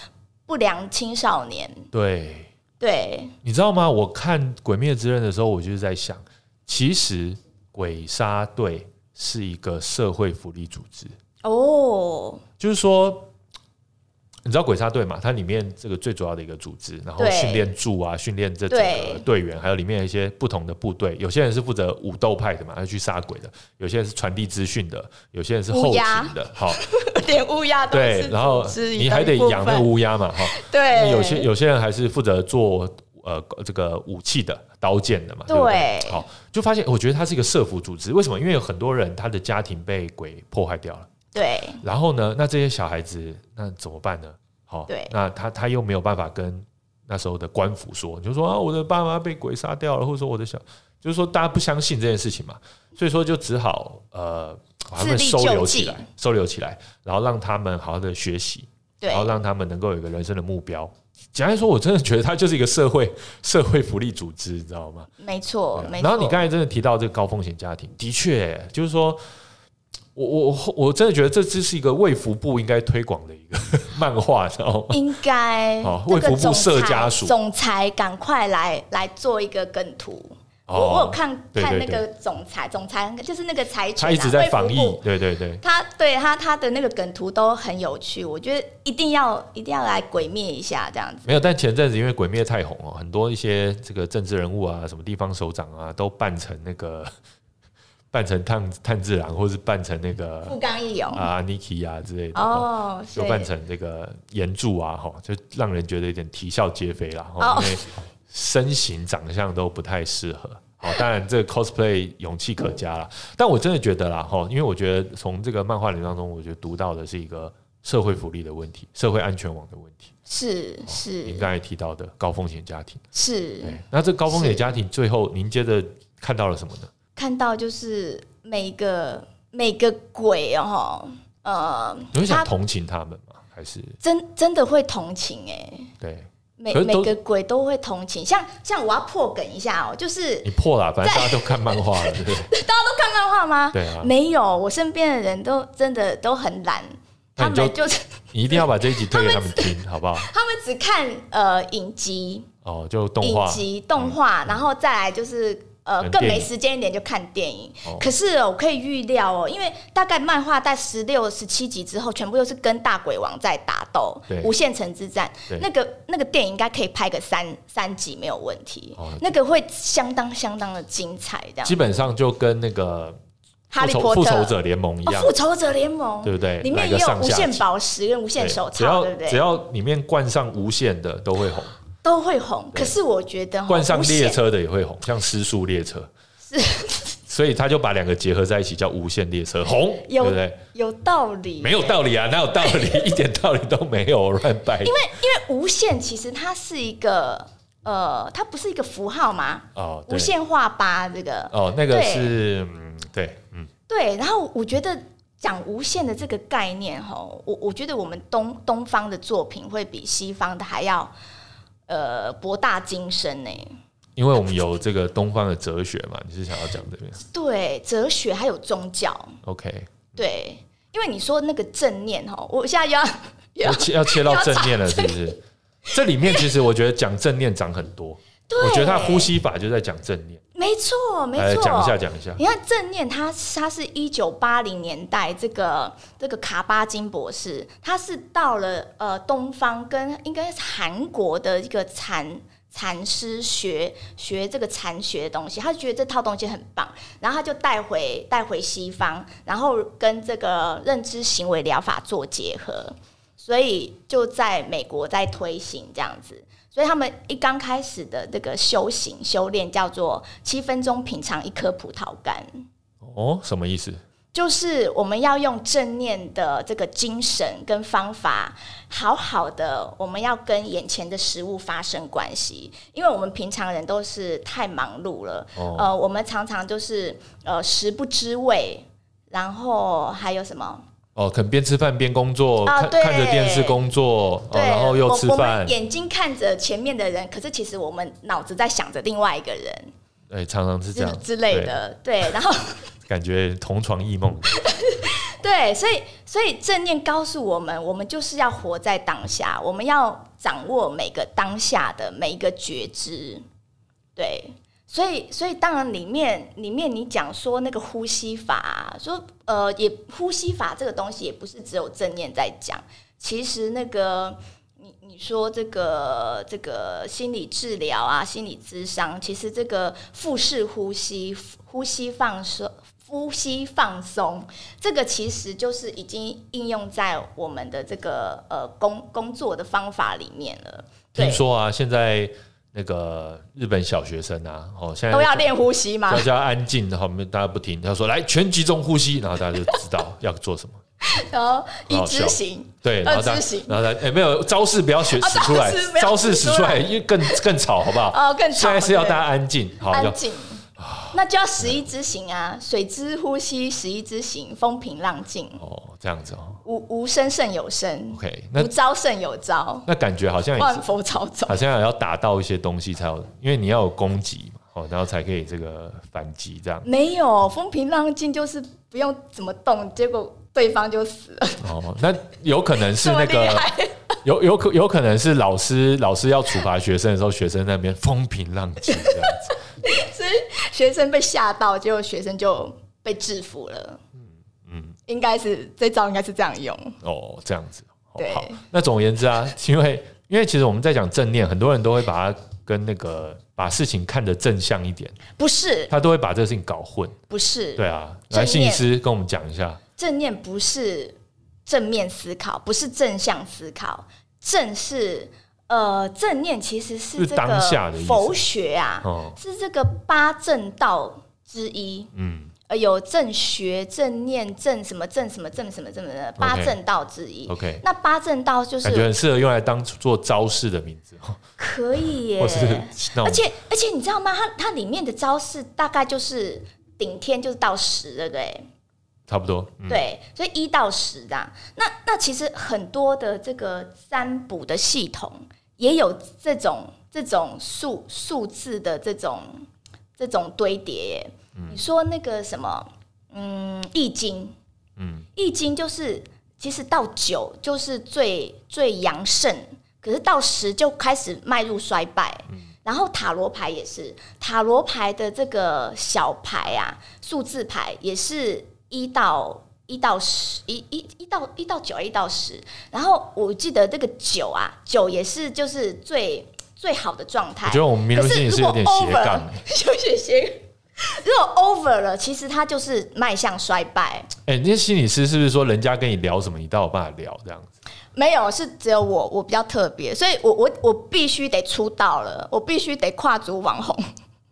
[SPEAKER 1] 不良青少年，
[SPEAKER 2] 对，
[SPEAKER 1] 对。
[SPEAKER 2] 你知道吗？我看《鬼灭之刃》的时候，我就是在想，其实鬼杀队是一个社会福利组织，
[SPEAKER 1] 哦，
[SPEAKER 2] 就是说。你知道鬼杀队嘛？它里面这个最主要的一个组织，然后
[SPEAKER 1] 对
[SPEAKER 2] 训练助啊，训练这整
[SPEAKER 1] 对
[SPEAKER 2] 个队员，还有里面一些不同的部队。有些人是负责武斗派的嘛，要去杀鬼的；有些人是传递资讯的；有些人是后
[SPEAKER 1] 乌鸦
[SPEAKER 2] 勤的。好，
[SPEAKER 1] <laughs> 连乌鸦都 <laughs>
[SPEAKER 2] 对，然后你还得养那个
[SPEAKER 1] 乌，
[SPEAKER 2] 乌鸦嘛，哈。那
[SPEAKER 1] 对，
[SPEAKER 2] 有些有些人还是负责做呃这个武器的刀剑的嘛，对不
[SPEAKER 1] 对
[SPEAKER 2] 好，就发现我觉得它是一个社服组织，为什么？因为有很多人他的家庭被鬼破坏掉了，
[SPEAKER 1] 对
[SPEAKER 2] 然后呢，那这些小孩子那怎么办呢？好，
[SPEAKER 1] 对
[SPEAKER 2] 那他他又没有办法跟那时候的官府说，你就说啊，我的爸妈被鬼杀掉了，或者说我的小，就是说大家不相信这件事情嘛，所以说就只好呃，把他们
[SPEAKER 1] 自力
[SPEAKER 2] 收留
[SPEAKER 1] 救
[SPEAKER 2] 起
[SPEAKER 1] 济
[SPEAKER 2] 来，收留起来，然后让他们好好的学习，
[SPEAKER 1] 对
[SPEAKER 2] 然后让他们能够有一个人生的目标。简单说，我真的觉得它就是一个社会社会福利组织，你知道吗？
[SPEAKER 1] 没错
[SPEAKER 2] 对啊
[SPEAKER 1] 没错。
[SPEAKER 2] 然后你刚才真的提到这个高风险家庭，的确，就是说。我我我我真的觉得这只是一个卫福部应该推广的一个 <laughs> 漫画，知道吗？
[SPEAKER 1] 应该
[SPEAKER 2] 好
[SPEAKER 1] 这个
[SPEAKER 2] 哦卫福部
[SPEAKER 1] 总
[SPEAKER 2] 社
[SPEAKER 1] 裁
[SPEAKER 2] 家属
[SPEAKER 1] 总裁赶快来来做一个梗图。我
[SPEAKER 2] 哦
[SPEAKER 1] 我有看
[SPEAKER 2] 对
[SPEAKER 1] 看
[SPEAKER 2] 对
[SPEAKER 1] 那个总裁，总裁就是那个财
[SPEAKER 2] 他
[SPEAKER 1] 权
[SPEAKER 2] 一
[SPEAKER 1] 啊
[SPEAKER 2] 直在
[SPEAKER 1] 卫福
[SPEAKER 2] 防疫
[SPEAKER 1] 部，
[SPEAKER 2] 对对对，
[SPEAKER 1] 他对他他的那个梗图都很有趣，我觉得一定要一定要来鬼灭一下这样子。
[SPEAKER 2] 没有。但前阵子因为《鬼灭》太红哦，很多一些这个政治人物啊，什么地方首长啊，都扮成那个 <laughs> 扮成炭炭治郎，或是扮成那个
[SPEAKER 1] 富冈义勇
[SPEAKER 2] 啊 Niki 啊之类的哦
[SPEAKER 1] 哦，
[SPEAKER 2] 就
[SPEAKER 1] 所以
[SPEAKER 2] 扮成这个岩柱啊，哈，就让人觉得有点啼笑皆非啦，
[SPEAKER 1] 哦
[SPEAKER 2] 哈，因为身形长相都不太适合。好，当然这个 cosplay 勇气可嘉啦，但我真的觉得啦，哈，因为我觉得从这个漫画里当中，我觉得读到的是一个社会福利的问题、社会安全网的问题，
[SPEAKER 1] 是
[SPEAKER 2] 您
[SPEAKER 1] 是
[SPEAKER 2] 刚才提到的高风险家庭。
[SPEAKER 1] 是
[SPEAKER 2] 对，那这高风险
[SPEAKER 1] 是
[SPEAKER 2] 家庭最后您接着看到了什么呢？
[SPEAKER 1] 看到就是每个每个鬼哦，呃
[SPEAKER 2] 你会，想
[SPEAKER 1] 他
[SPEAKER 2] 同情他们吗？还是
[SPEAKER 1] 真真的会同情哎、
[SPEAKER 2] 对
[SPEAKER 1] 每
[SPEAKER 2] 可是
[SPEAKER 1] 每
[SPEAKER 2] 都
[SPEAKER 1] 个鬼都会同情。像像我要破梗一下哦，就是
[SPEAKER 2] 你破啦，反正大家都看漫画了，对不
[SPEAKER 1] <laughs>
[SPEAKER 2] 对？
[SPEAKER 1] 看漫画吗？
[SPEAKER 2] 对啊，
[SPEAKER 1] 没有，我身边的人都真的都很懒，
[SPEAKER 2] 那
[SPEAKER 1] 他
[SPEAKER 2] 你就
[SPEAKER 1] 们就是
[SPEAKER 2] 你一定要把这一集推给他们听，好不好？
[SPEAKER 1] 他们只看呃影集、
[SPEAKER 2] 哦，就动
[SPEAKER 1] 影
[SPEAKER 2] 画，嗯
[SPEAKER 1] 集、动画，然后再来就是。呃，
[SPEAKER 2] 看
[SPEAKER 1] 更
[SPEAKER 2] 电
[SPEAKER 1] 没
[SPEAKER 2] 影
[SPEAKER 1] 时间一点就看电影。
[SPEAKER 2] 哦
[SPEAKER 1] 可是哦我可以预料哦，因为大概漫画在十六、十七集之后，全部都是跟大鬼王在打斗
[SPEAKER 2] 对，
[SPEAKER 1] 无限城之战
[SPEAKER 2] 对。
[SPEAKER 1] 那个那个电影应该可以拍个三三集没有问题，
[SPEAKER 2] 哦
[SPEAKER 1] 那个会相当相当的精彩。这样，
[SPEAKER 2] 基本上就跟那个
[SPEAKER 1] 哈利
[SPEAKER 2] 复仇
[SPEAKER 1] 波特
[SPEAKER 2] 复仇者联盟一
[SPEAKER 1] 哦，
[SPEAKER 2] 样，
[SPEAKER 1] 复仇者联盟
[SPEAKER 2] 对不对？
[SPEAKER 1] 里面
[SPEAKER 2] 来个
[SPEAKER 1] 也有
[SPEAKER 2] 上
[SPEAKER 1] 无
[SPEAKER 2] 下
[SPEAKER 1] 限
[SPEAKER 2] 集
[SPEAKER 1] 宝石跟无限
[SPEAKER 2] 对
[SPEAKER 1] 手
[SPEAKER 2] 只
[SPEAKER 1] 套，
[SPEAKER 2] 要
[SPEAKER 1] 对不哦
[SPEAKER 2] 只
[SPEAKER 1] 对？
[SPEAKER 2] 要里面冠上无限的都会红，
[SPEAKER 1] 都会红。
[SPEAKER 2] 对
[SPEAKER 1] 可是我觉得哦
[SPEAKER 2] 冠上
[SPEAKER 1] 无
[SPEAKER 2] 列
[SPEAKER 1] 限
[SPEAKER 2] 车的也会红，像失速列车 <laughs> 所以他就把两个结合在一起，叫无限列车红，对
[SPEAKER 1] 有
[SPEAKER 2] 不对？
[SPEAKER 1] 有道理，
[SPEAKER 2] 没有道理啊，哪有道
[SPEAKER 1] <laughs>
[SPEAKER 2] 理？一点道理都没有，乱掰。因为
[SPEAKER 1] 无限其实它是一个呃，它不是一个符号嘛，
[SPEAKER 2] 哦，对
[SPEAKER 1] 无限化吧这个、
[SPEAKER 2] 哦，那个
[SPEAKER 1] 对
[SPEAKER 2] 是嗯，对，嗯，
[SPEAKER 1] 对。然后我觉得讲无限的这个概念吼，我我觉得我们东东方的作品会比西方的还要呃博大精深呢、
[SPEAKER 2] 因为我们有这个东方的哲学嘛，你是想要讲这边
[SPEAKER 1] 对，哲学还有宗教，
[SPEAKER 2] ？OK，
[SPEAKER 1] 对，因为你说那个正念吼，我现在又要又
[SPEAKER 2] 要
[SPEAKER 1] 要
[SPEAKER 2] 切要切到正念了，是不是？这里面其实我觉得讲正念讲很多，
[SPEAKER 1] 对，
[SPEAKER 2] 我觉得他呼吸法就在讲正念，
[SPEAKER 1] 没错没
[SPEAKER 2] 来
[SPEAKER 1] 错，
[SPEAKER 2] 讲一下讲一下。
[SPEAKER 1] 你看正念它，它是一九八零年代这个这个卡巴金博士，他是到了呃东方跟应该是韩国的一个禅禅师学学这个禅学的东西，他觉得这套东西很棒，然后他就带回带回西方，然后跟这个认知行为疗法做结合，所以就在美国在推行这样子。所以他们一刚开始的这个修行修炼叫做七分钟品尝一颗葡萄干，
[SPEAKER 2] 哦，什么意思？
[SPEAKER 1] 就是我们要用正念的这个精神跟方法，好好的，我们要跟眼前的食物发生关系，因为我们平常人都是太忙碌了，
[SPEAKER 2] 哦
[SPEAKER 1] 呃，我们常常就是呃食不知味，然后还有什么？
[SPEAKER 2] 哦，可能边吃饭边工作，
[SPEAKER 1] 啊
[SPEAKER 2] 看
[SPEAKER 1] 对
[SPEAKER 2] 看着电视工作，哦，
[SPEAKER 1] 对，
[SPEAKER 2] 然后又
[SPEAKER 1] 我
[SPEAKER 2] 吃
[SPEAKER 1] 我
[SPEAKER 2] 饭
[SPEAKER 1] 们，眼睛看着前面的人，可是其实我们脑子在想着另外一个人。
[SPEAKER 2] 哎，常常是这
[SPEAKER 1] 之
[SPEAKER 2] 样
[SPEAKER 1] 之类，的，对，然后
[SPEAKER 2] 对感觉同床异梦。
[SPEAKER 1] 对，所以所以正念告诉我们，我们就是要活在当下，我们要掌握每个当下的每一个觉知，对，所以所以当然里面里面你讲说那个呼吸法啊、说呃也呼吸法这个东西也不是只有正念在讲，其实那个。你你说这个这个心理治疗啊，心理咨商，其实这个腹式呼吸、呼吸放松、呼吸放松，这个其实就是已经应用在我们的这个呃工工作的方法里面了。
[SPEAKER 2] 听
[SPEAKER 1] 对，
[SPEAKER 2] 说啊，现在那个日本小学生啊，哦，现在
[SPEAKER 1] 都要练啊呼吸吗
[SPEAKER 2] 大？家安静，然后我们大家不听，他说来全集中呼吸，然后大家就知道 <laughs> 要做什么。
[SPEAKER 1] 然后一
[SPEAKER 2] 很好笑
[SPEAKER 1] 执行，
[SPEAKER 2] 对，然后大
[SPEAKER 1] 二
[SPEAKER 2] 家
[SPEAKER 1] 字形，
[SPEAKER 2] 然后大家哎，没有招式不要学使出来
[SPEAKER 1] 啊招式不，要
[SPEAKER 2] 招式
[SPEAKER 1] 使
[SPEAKER 2] 使
[SPEAKER 1] 出
[SPEAKER 2] 出来，
[SPEAKER 1] 来
[SPEAKER 2] 因为更更吵，好不好？
[SPEAKER 1] 哦，更
[SPEAKER 2] 现在
[SPEAKER 1] 长
[SPEAKER 2] 是要大
[SPEAKER 1] 对
[SPEAKER 2] 家安静，好，要
[SPEAKER 1] 安静。那就要十一之行啊，水之呼吸，十一之行，风平浪静，
[SPEAKER 2] 哦这样子哦
[SPEAKER 1] 无无声胜有声，
[SPEAKER 2] ，OK，那
[SPEAKER 1] 无招胜有招，
[SPEAKER 2] 那感觉好像也是
[SPEAKER 1] 万佛朝宗。
[SPEAKER 2] 好像要打到一些东西才有，因为你要有攻击嘛，哦，然后才可以这个反击这样。
[SPEAKER 1] 没有啊风平浪静，就是不用怎么动，结果对方就死了， <laughs>
[SPEAKER 2] 哦，那有可能是
[SPEAKER 1] 这么
[SPEAKER 2] 那
[SPEAKER 1] 厉
[SPEAKER 2] 个
[SPEAKER 1] 害。 <laughs>
[SPEAKER 2] 有有可有可能是老师老师要处罚学生的时候，学生在那边风平浪静这样子。
[SPEAKER 1] 学生被吓到，结果学生就被制服了。嗯嗯，应该是这招应该是这样用。
[SPEAKER 2] 哦，这样子。哦
[SPEAKER 1] 对
[SPEAKER 2] 好，那总而言之啊， <laughs> 因为因为其实我们在讲正念，很多人都会把它跟那个把事情看得正向一点，
[SPEAKER 1] 不是，
[SPEAKER 2] 他都会把这个事情搞混。
[SPEAKER 1] 不是，
[SPEAKER 2] 对啊，
[SPEAKER 1] 正
[SPEAKER 2] 来，
[SPEAKER 1] 念
[SPEAKER 2] 心理师跟我们讲一下。
[SPEAKER 1] 正念不是正面思考，不是正向思考，正是呃正念其实是
[SPEAKER 2] 是
[SPEAKER 1] 这
[SPEAKER 2] 当下
[SPEAKER 1] 个
[SPEAKER 2] 的意思
[SPEAKER 1] 佛学啊，
[SPEAKER 2] 哦，
[SPEAKER 1] 是这个八正道之一。
[SPEAKER 2] 嗯
[SPEAKER 1] 呃，有正学、正念、正什么、正什么、正什么、正什么的八
[SPEAKER 2] OK
[SPEAKER 1] 正道之一。
[SPEAKER 2] ，OK，
[SPEAKER 1] 那八正道就
[SPEAKER 2] 感觉
[SPEAKER 1] 是
[SPEAKER 2] 很适合用来当做招式的名字，哦
[SPEAKER 1] 可以
[SPEAKER 2] 或是
[SPEAKER 1] 耶，
[SPEAKER 2] 那
[SPEAKER 1] 而
[SPEAKER 2] 种
[SPEAKER 1] 且而且你知道吗？它它里面的招式大概就是顶天就是到十，对不对？
[SPEAKER 2] 差不多。嗯
[SPEAKER 1] 对，所以一到十的啊。那那其实很多的这个占卜的系统也有这种这种数数字的这种这种堆叠耶。你说那个什么，嗯，易经，
[SPEAKER 2] 嗯，
[SPEAKER 1] 易经就是其实到九就是最最阳盛，可是到十就开始迈入衰败。然后塔罗牌也是，塔罗牌的这个小牌啊，数字牌也是一到一到十，一一一到一到九，啊一到十。然后我记得这个九啊，九也是就是最最好的状
[SPEAKER 2] 我
[SPEAKER 1] 态
[SPEAKER 2] 觉。得我们名人心理是有点斜杠
[SPEAKER 1] <laughs> 可。休息先，如果 over 了，其实它就是迈向衰败。
[SPEAKER 2] 哎，那些心理师是不是说人家跟你聊什么，你倒有办法聊这样子？
[SPEAKER 1] 没有，是只有我，我比较特别，所以我我我必须得出道了，我必须得跨足网红。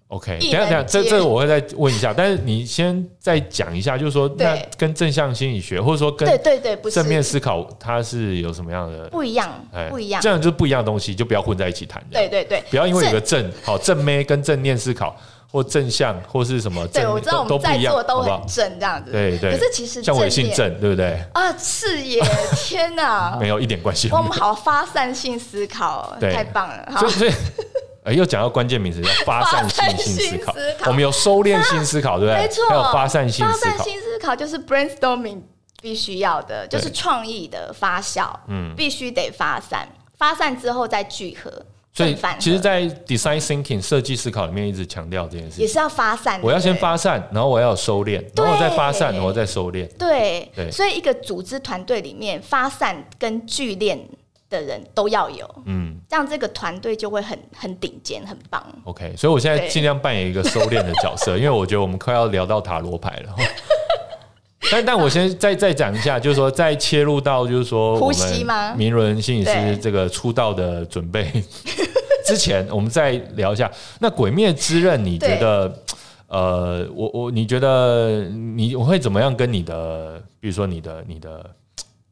[SPEAKER 2] OK，等
[SPEAKER 1] 一
[SPEAKER 2] 一下等一下，
[SPEAKER 1] 人
[SPEAKER 2] 这
[SPEAKER 1] 街
[SPEAKER 2] 这我会再问一下，但是你先再讲一下，就是说，那
[SPEAKER 1] 对
[SPEAKER 2] 跟正向心理学，或者说跟
[SPEAKER 1] 对对对，不是
[SPEAKER 2] 正面思考，它是有什么样的？哎
[SPEAKER 1] 不一样，不一样
[SPEAKER 2] 这。样就是不一样的东西，就不要混在一起谈。这样，
[SPEAKER 1] 对对对，
[SPEAKER 2] 不要因为有个正
[SPEAKER 1] <laughs>
[SPEAKER 2] 好正妹跟正念思考，或正向，或是什么正，
[SPEAKER 1] 对，我知道我们
[SPEAKER 2] 都不
[SPEAKER 1] 在
[SPEAKER 2] 一样，
[SPEAKER 1] 座
[SPEAKER 2] 好
[SPEAKER 1] 都
[SPEAKER 2] 不
[SPEAKER 1] 很
[SPEAKER 2] 好？
[SPEAKER 1] 正这样子，
[SPEAKER 2] 对对
[SPEAKER 1] 可是其实
[SPEAKER 2] 像我也
[SPEAKER 1] 正
[SPEAKER 2] 姓
[SPEAKER 1] 念
[SPEAKER 2] 郑，对不对？
[SPEAKER 1] 啊，是耶！天
[SPEAKER 2] <laughs>
[SPEAKER 1] 哪，
[SPEAKER 2] 没有一点关系都
[SPEAKER 1] 我
[SPEAKER 2] 没
[SPEAKER 1] 们好发散性思考，
[SPEAKER 2] 对
[SPEAKER 1] 太棒了！好
[SPEAKER 2] 有。所以，所以，呃，又讲到关键名
[SPEAKER 1] <laughs>
[SPEAKER 2] 词，叫发散性性思
[SPEAKER 1] 发
[SPEAKER 2] 考
[SPEAKER 1] 散性思。考
[SPEAKER 2] 我们有收敛性思考，对不对？
[SPEAKER 1] <laughs> 没错
[SPEAKER 2] 还有发散性
[SPEAKER 1] 发
[SPEAKER 2] 思
[SPEAKER 1] 散
[SPEAKER 2] 考。
[SPEAKER 1] 性思考就是 brainstorming 必须要的，
[SPEAKER 2] 对
[SPEAKER 1] 就是创意的发酵，嗯，必须得发散，发散之后再聚合。
[SPEAKER 2] 所以
[SPEAKER 1] 正反合
[SPEAKER 2] 其实，在 design thinking 设计思考里面一直强调这件事
[SPEAKER 1] 也
[SPEAKER 2] 情，
[SPEAKER 1] 是要发散。
[SPEAKER 2] 我要先
[SPEAKER 1] 对不对
[SPEAKER 2] 发散，然后我要有收敛，然后我再发散，
[SPEAKER 1] 对
[SPEAKER 2] 然后再收敛。
[SPEAKER 1] 对，
[SPEAKER 2] 对
[SPEAKER 1] 所以一个组织团队里面发散跟聚练的人都要有，
[SPEAKER 2] 嗯
[SPEAKER 1] 这样这个团队就会很很顶尖，很棒。
[SPEAKER 2] ，OK，所以我现在
[SPEAKER 1] 对
[SPEAKER 2] 尽量扮演一个收敛的角
[SPEAKER 1] <laughs>
[SPEAKER 2] 色，因为我觉得我们快要聊到塔罗牌了。 <laughs> 但但我先再再讲一下，就是说再切入到就是说我
[SPEAKER 1] 呼吸吗
[SPEAKER 2] 们明伦心理
[SPEAKER 1] 对
[SPEAKER 2] 师这个出道的准备 <laughs> 之前，我们再聊一下。那《鬼灭之刃》，你觉得？呃，我我你觉得你我会怎么样跟你的，比如说你的你的，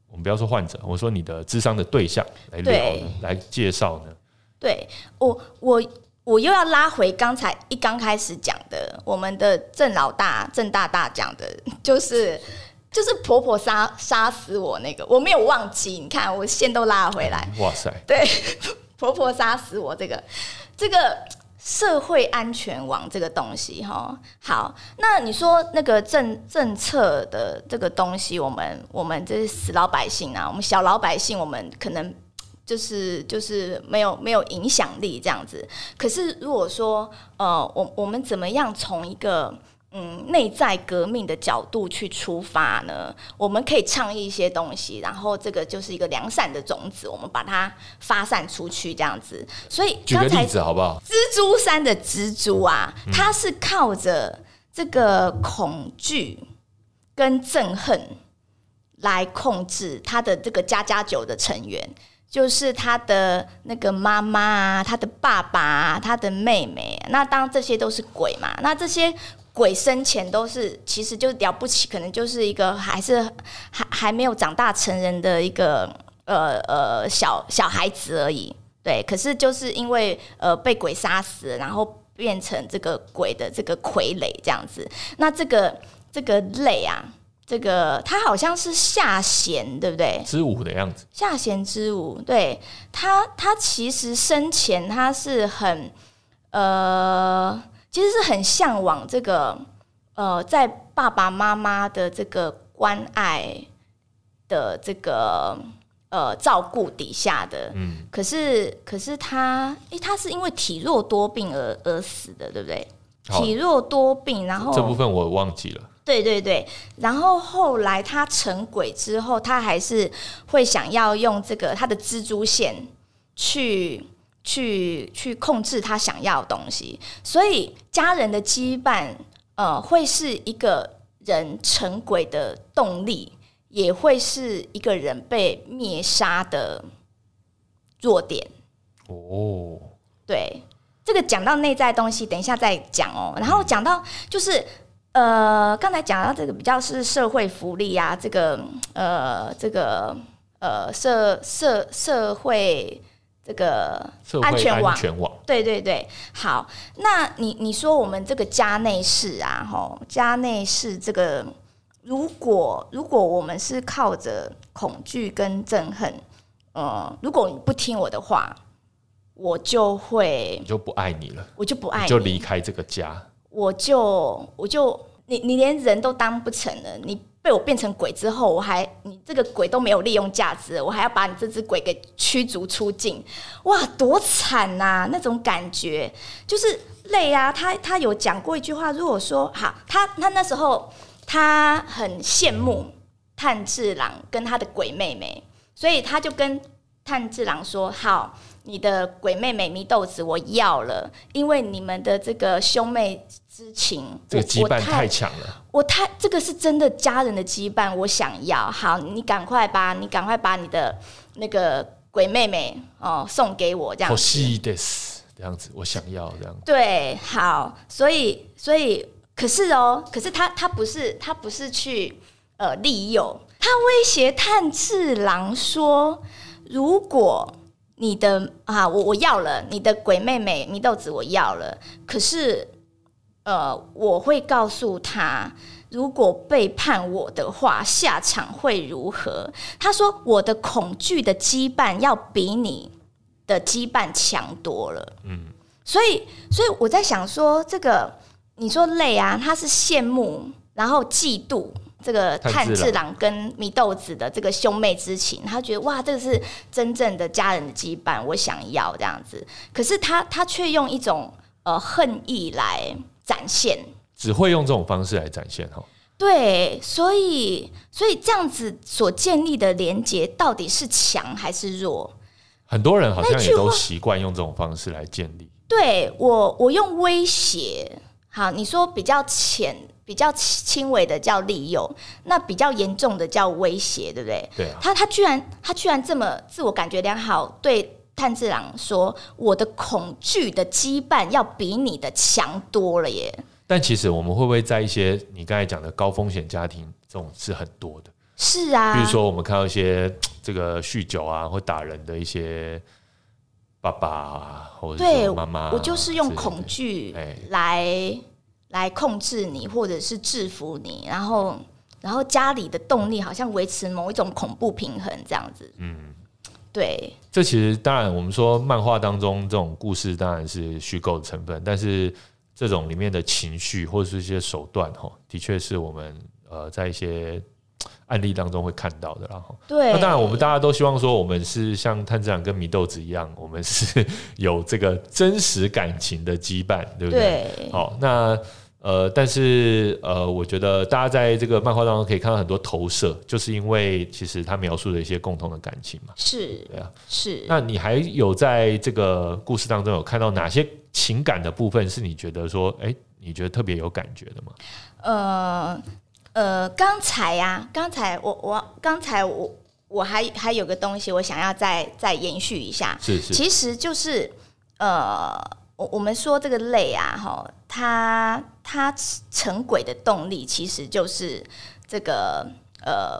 [SPEAKER 2] 我们不要说患者，我说你的智商的对象来聊
[SPEAKER 1] 对
[SPEAKER 2] 呢，来介绍呢？
[SPEAKER 1] 对我，我我又要拉回刚才一刚开始讲的，我们的郑老大、郑大大讲的，就是就是婆婆杀杀死我那个，我没有忘记，你看我线都拉了回来，
[SPEAKER 2] 哇塞，
[SPEAKER 1] 对，婆婆杀死我这个这个社会安全网这个东西哈。好，那你说那个政政策的这个东西，我们我们这些死老百姓啊，我们小老百姓，我们可能。就是就是没有没有影响力这样子，可是如果说呃，我我们怎么样从一个嗯内在革命的角度去出发呢？我们可以倡议一些东西，然后这个就是一个良善的种子，我们把它发散出去这样子。所以
[SPEAKER 2] 举个
[SPEAKER 1] 刚才
[SPEAKER 2] 例子好不好？
[SPEAKER 1] 蜘蛛山的蜘蛛啊，它是靠着这个恐惧跟憎恨来控制他的这个家家酒的成员，就是他的那个妈妈啊，他的爸爸啊，他的妹妹啊。那当然这些都是鬼嘛，那这些。鬼生前都是，其实就了不起，可能就是一个还是还还没有长大成人的一个呃呃小小孩子而已。对，可是就是因为呃被鬼杀死，然后变成这个鬼的这个傀儡这样子。那这个这个类啊，这个它好像是下弦，对不对？
[SPEAKER 2] 之舞的样子，
[SPEAKER 1] 下弦之舞，对他，他其实生前他是很呃，其实是很向往这个呃，在爸爸妈妈的这个关爱的这个呃照顾底下的，
[SPEAKER 2] 嗯，
[SPEAKER 1] 可是可是他，诶、他是因为体弱多病而而死的，对不对？
[SPEAKER 2] 好
[SPEAKER 1] 体弱多病，然后
[SPEAKER 2] 这部分我忘记了。
[SPEAKER 1] 对对对，然后后来他成鬼之后，他还是会想要用这个他的蜘蛛线去去去控制他想要的东西，所以家人的羁绊，呃，会是一个人成鬼的动力，也会是一个人被灭杀的弱点。
[SPEAKER 2] 哦，
[SPEAKER 1] 对，这个讲到内在东西，等一下再讲哦。
[SPEAKER 2] 嗯
[SPEAKER 1] 然后讲到就是呃，刚才讲到这个比较是社会福利啊，这个呃，这个呃社社社会这个
[SPEAKER 2] 社会
[SPEAKER 1] 安全网
[SPEAKER 2] 安全网，
[SPEAKER 1] 对对对，好，那你你说我们这个家内事啊，吼，家内事这个，如果如果我们是靠着恐惧跟憎恨，呃，如果你不听我的话，我就会
[SPEAKER 2] 你就不爱你了，
[SPEAKER 1] 我就不爱
[SPEAKER 2] 你
[SPEAKER 1] 你，
[SPEAKER 2] 就离开这个家。
[SPEAKER 1] 我就我就你你连人都当不成了，你被我变成鬼之后，我还你这个鬼都没有利用价值了，我还要把你这只鬼给驱逐出境，哇，多惨呐、那种感觉就是累啊。他他有讲过一句话，如果说好，他他那时候他很羡慕炭治郎跟他的鬼妹妹，所以他就跟炭治郎说：“好，你的鬼妹妹祢豆子我要了，因为你们的这个兄妹之情，
[SPEAKER 2] 这个
[SPEAKER 1] 我
[SPEAKER 2] 羁
[SPEAKER 1] 我
[SPEAKER 2] 绊太强了，
[SPEAKER 1] 我太这个是真的家人的羁绊，我想要。好，你赶快把你赶快把你的那个鬼妹妹哦送给我，这样
[SPEAKER 2] 好
[SPEAKER 1] 子
[SPEAKER 2] 细的死这样子，我想要这样。
[SPEAKER 1] 对，好，所以所以可是哦，可是他他不是他不是去呃利诱，他威胁炭治郎说，如果你的啊我我要了你的鬼妹妹祢豆子我要了，可是呃我会告诉他。如果背叛我的话，下场会如何？他说：“我的恐惧的羁绊要比你的羁绊强多了。”所以，所以我在想说，这个你说累啊，他是羡慕，然后嫉妒、这个炭
[SPEAKER 2] 炭治郎
[SPEAKER 1] 治郎跟祢豆子的这个兄妹之情，他觉得哇，这个是真正的家人的羁绊，我想要这样子。可是他他却用一种呃恨意来展现，
[SPEAKER 2] 只会用这种方式来展现哈。
[SPEAKER 1] 对，所以所以这样子所建立的连结到底是强还是弱？
[SPEAKER 2] 很多人好像也
[SPEAKER 1] 那句话
[SPEAKER 2] 都习惯用这种方式来建立，
[SPEAKER 1] 对我，我用威胁。好，你说比较浅、比较轻微的叫利诱，那比较严重的叫威胁，对不对？
[SPEAKER 2] 对啊，
[SPEAKER 1] 他他居然他居然这么自我感觉良好，对炭治郎说：“我的恐惧的羁绊要比你的强多了耶。
[SPEAKER 2] 但其实我们会不会在一些你刚才讲的高风险家庭，这种是很多的？”
[SPEAKER 1] 是啊，
[SPEAKER 2] 比如说我们看到一些这个酗酒啊或打人的一些爸爸啊，或者
[SPEAKER 1] 对
[SPEAKER 2] 说妈妈啊、
[SPEAKER 1] 我就是用
[SPEAKER 2] 之类的
[SPEAKER 1] 恐惧
[SPEAKER 2] 哎
[SPEAKER 1] 来来控制你，或者是制服你，然后然后家里的动力好像维持某一种恐怖平衡这样子。嗯，对，
[SPEAKER 2] 这其实当然，我们说漫画当中这种故事当然是虚构的成分，但是这种里面的情绪或者是一些手段，哈，的确是我们呃在一些嘖案例当中会看到的啦。齁
[SPEAKER 1] 对，
[SPEAKER 2] 那当然，我们大家都希望说，我们是像炭治郎跟祢豆子一样，我们是有这个真实感情的羁绊，对不对？
[SPEAKER 1] 对
[SPEAKER 2] 好，那呃，但是呃，我觉得大家在这个漫画当中可以看到很多投射，就是因为其实他描述的一些共同的感情嘛。
[SPEAKER 1] 是
[SPEAKER 2] 对啊
[SPEAKER 1] 是。
[SPEAKER 2] 那你还有在这个故事当中有看到哪些情感的部分是你觉得说，哎、你觉得特别有感觉的吗？
[SPEAKER 1] 呃呃，刚才呀、刚才我我刚才我我还还有个东西，我想要再再延续一下，
[SPEAKER 2] 是是，
[SPEAKER 1] 其实就是呃，我我们说这个累啊，哈，它它成鬼的动力其实就是这个呃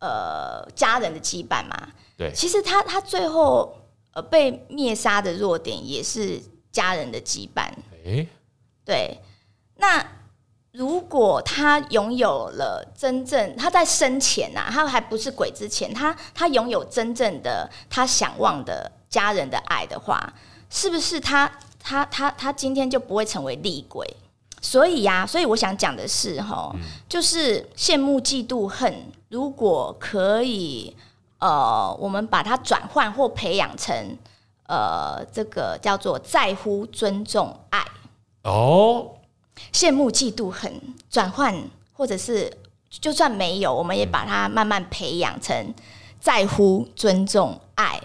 [SPEAKER 1] 呃家人的羁绊嘛。
[SPEAKER 2] 对
[SPEAKER 1] 其实他他最后呃被灭杀的弱点也是家人的羁绊。
[SPEAKER 2] 哎、
[SPEAKER 1] 对，那如果他拥有了真正他在生前呐、他还不是鬼之前，他他拥有真正的他想望的家人的爱的话，是不是他他他他今天就不会成为厉鬼？所以呀、所以我想讲的是哈，就是羡慕、嫉妒、恨，如果可以，呃，我们把它转换或培养成，呃，这个叫做在乎、尊重、爱。
[SPEAKER 2] 哦，
[SPEAKER 1] 羡慕、嫉妒、恨转换，或者是就算没有，我们也把它慢慢培养成在乎、尊重、爱，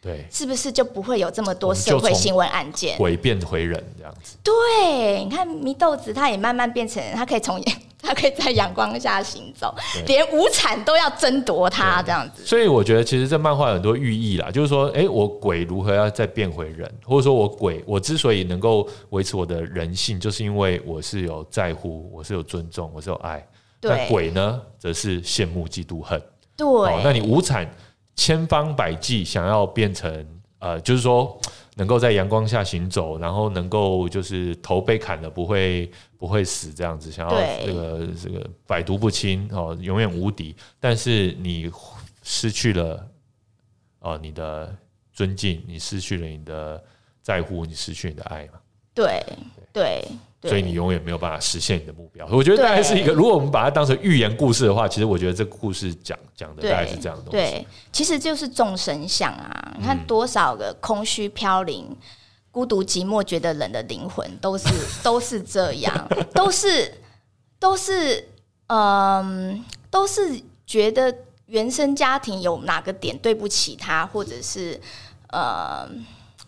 [SPEAKER 2] 对，
[SPEAKER 1] 是不是就不会有这么
[SPEAKER 2] 我
[SPEAKER 1] 多
[SPEAKER 2] 们
[SPEAKER 1] 社
[SPEAKER 2] 就
[SPEAKER 1] 会
[SPEAKER 2] 从
[SPEAKER 1] 新闻案件？
[SPEAKER 2] 鬼变回人这样子，
[SPEAKER 1] 对，你看祢豆子，它也慢慢变成，它可以从 <laughs> 它可以在阳光下行走，连无产都要争夺它这样子。
[SPEAKER 2] 所以我觉得其实这漫画有很多寓意啦，就是说，哎、我鬼如何要再变回人，或者说我鬼，我之所以能够维持我的人性，就是因为我是有在乎，我是有尊重，我是有爱。那
[SPEAKER 1] 对
[SPEAKER 2] 鬼呢，则是羡慕、嫉妒、恨。
[SPEAKER 1] 对，
[SPEAKER 2] 哦，那你无产千方百计想要变成呃，就是说能够在阳光下行走，然后能够就是头被砍了不会不会死这样子，想要
[SPEAKER 1] 对
[SPEAKER 2] 这个这个百毒不侵哦，永远无敌，但是你失去了哦你的尊敬，你失去了你的在乎，你失去你的爱嘛。
[SPEAKER 1] 对对对，
[SPEAKER 2] 所以你永远没有办法实现你的目标。我觉得大概是一个，
[SPEAKER 1] 对
[SPEAKER 2] 如果我们把它当成寓言故事的话，其实我觉得这个故事讲讲的
[SPEAKER 1] 对
[SPEAKER 2] 大概是这样的东西。嗯
[SPEAKER 1] 对，其实就是众生相啊！你看多少个空虚飘零、孤独寂寞、觉得冷的灵魂，都
[SPEAKER 2] <laughs>
[SPEAKER 1] 是都是这样，都是都是嗯，都是觉得原生家庭有哪个点对不起他，或者是呃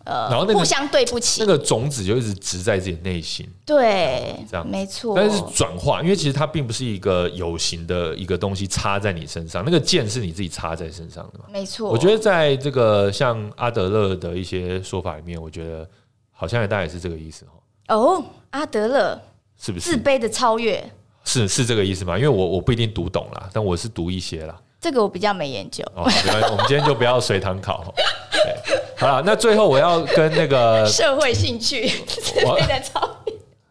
[SPEAKER 1] 呃，
[SPEAKER 2] 然后哦那个
[SPEAKER 1] 互相对不起，
[SPEAKER 2] 那个种子就一直植在自己内心，
[SPEAKER 1] 对
[SPEAKER 2] 这样，子
[SPEAKER 1] 没错，
[SPEAKER 2] 但是转化，因为其实它并不是一个有形的一个东西插在你身上，那个剑是你自己插在身上的嘛。
[SPEAKER 1] 没错，
[SPEAKER 2] 我觉得在这个像阿德勒的一些说法里面，我觉得好像也大概是这个意思哦，
[SPEAKER 1] 哦，阿德勒
[SPEAKER 2] 是不
[SPEAKER 1] 自
[SPEAKER 2] 是？
[SPEAKER 1] 卑的超越，
[SPEAKER 2] 是是这个意思吗？因为我我不一定读懂啦，但我是读一些啦。
[SPEAKER 1] 这个我比较没研究。
[SPEAKER 2] 哦，没关系， <laughs> 我们今天就不要随堂考哦。对好了，那最后我要跟那个
[SPEAKER 1] 社会兴趣之类的超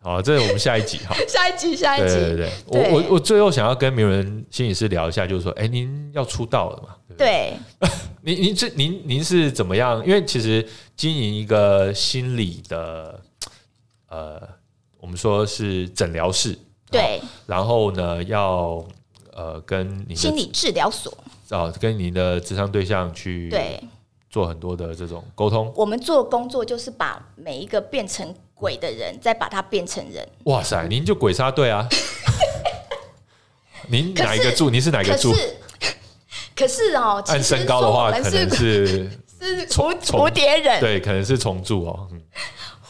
[SPEAKER 2] 哦，这是我们下一集哈。
[SPEAKER 1] <laughs> 下一集，下一
[SPEAKER 2] 对
[SPEAKER 1] 集，
[SPEAKER 2] 对对，我
[SPEAKER 1] 对
[SPEAKER 2] 我我最后想要跟名人心理师聊一下，就是说，哎、您要出道了嘛？对不对
[SPEAKER 1] 对
[SPEAKER 2] 您您这您您是怎么样？因为其实经营一个心理的，呃，我们说是诊疗室，
[SPEAKER 1] 对
[SPEAKER 2] 然后呢，要呃跟你的
[SPEAKER 1] 心理治疗所，
[SPEAKER 2] 哦跟你的智商对象去
[SPEAKER 1] 对
[SPEAKER 2] 做很多的这种沟通。
[SPEAKER 1] 我们做工作就是把每一个变成鬼的人，再把他变成人。
[SPEAKER 2] 哇塞，您就鬼杀队啊！ <laughs> 您哪一
[SPEAKER 1] 可
[SPEAKER 2] 个
[SPEAKER 1] 是
[SPEAKER 2] 住？您是哪一
[SPEAKER 1] 可
[SPEAKER 2] 个住？
[SPEAKER 1] 是， <laughs> 可是哦，其
[SPEAKER 2] 按
[SPEAKER 1] 实
[SPEAKER 2] 身高的
[SPEAKER 1] 说我
[SPEAKER 2] 话，
[SPEAKER 1] 们
[SPEAKER 2] 可
[SPEAKER 1] 是
[SPEAKER 2] 能是
[SPEAKER 1] 是
[SPEAKER 2] 虫
[SPEAKER 1] 蝴
[SPEAKER 2] 虫
[SPEAKER 1] 蝴蝶人，
[SPEAKER 2] 对，可能是重住哦。嗯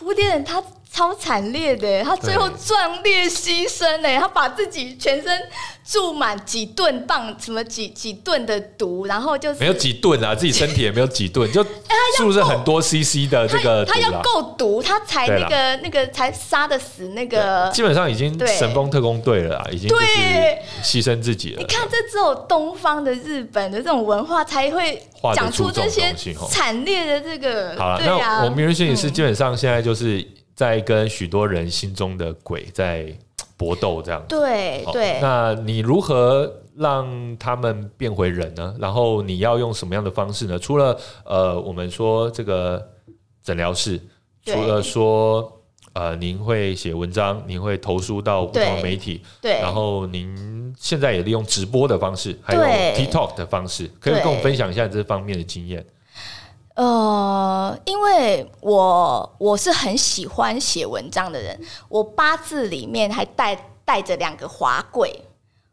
[SPEAKER 1] 蝴蝶人他超惨烈的，他最后
[SPEAKER 2] 对
[SPEAKER 1] 壮烈牺牲哎，他把自己全身注满几吨磅什么几几吨的毒，然后就是
[SPEAKER 2] 没有几吨啊，自己身体也没有几
[SPEAKER 1] <laughs>
[SPEAKER 2] 吨，
[SPEAKER 1] 哎
[SPEAKER 2] 就是不是很多 CC 的这个
[SPEAKER 1] 他
[SPEAKER 2] 毒
[SPEAKER 1] 要
[SPEAKER 2] 啦？
[SPEAKER 1] 够毒，他才
[SPEAKER 2] 对
[SPEAKER 1] 那
[SPEAKER 2] 啦
[SPEAKER 1] 个那个才杀得死那个。
[SPEAKER 2] 基本上已经
[SPEAKER 1] 对
[SPEAKER 2] 神风特工队了啊，已经就是
[SPEAKER 1] 对
[SPEAKER 2] 牺牲自己
[SPEAKER 1] 你
[SPEAKER 2] 了。
[SPEAKER 1] 看，这只有东方的日本的这种文化才会
[SPEAKER 2] 画得
[SPEAKER 1] 讲
[SPEAKER 2] 出
[SPEAKER 1] 出
[SPEAKER 2] 这种
[SPEAKER 1] 这些
[SPEAKER 2] 东西吼
[SPEAKER 1] 惨烈的这个。
[SPEAKER 2] 好了，
[SPEAKER 1] 对
[SPEAKER 2] 那
[SPEAKER 1] 啊
[SPEAKER 2] 我，们人心理师基本上现在就是在跟许多人心中的鬼在搏斗，这样。
[SPEAKER 1] 对
[SPEAKER 2] 好
[SPEAKER 1] 对，
[SPEAKER 2] 哦那你如何让他们变回人呢？然后你要用什么样的方式呢？除了呃，我们说这个诊疗室，
[SPEAKER 1] 对
[SPEAKER 2] 除了说呃，您会写文章，您会投书到不同
[SPEAKER 1] 对
[SPEAKER 2] 媒体，
[SPEAKER 1] 对。
[SPEAKER 2] 然后您现在也利用直播的方式，还有
[SPEAKER 1] 对
[SPEAKER 2] TikTok 的方式，可以
[SPEAKER 1] 对
[SPEAKER 2] 跟我们分享一下这方面的经验。
[SPEAKER 1] 呃，因为我我是很喜欢写文章的人，我八字里面还带带着两个华贵。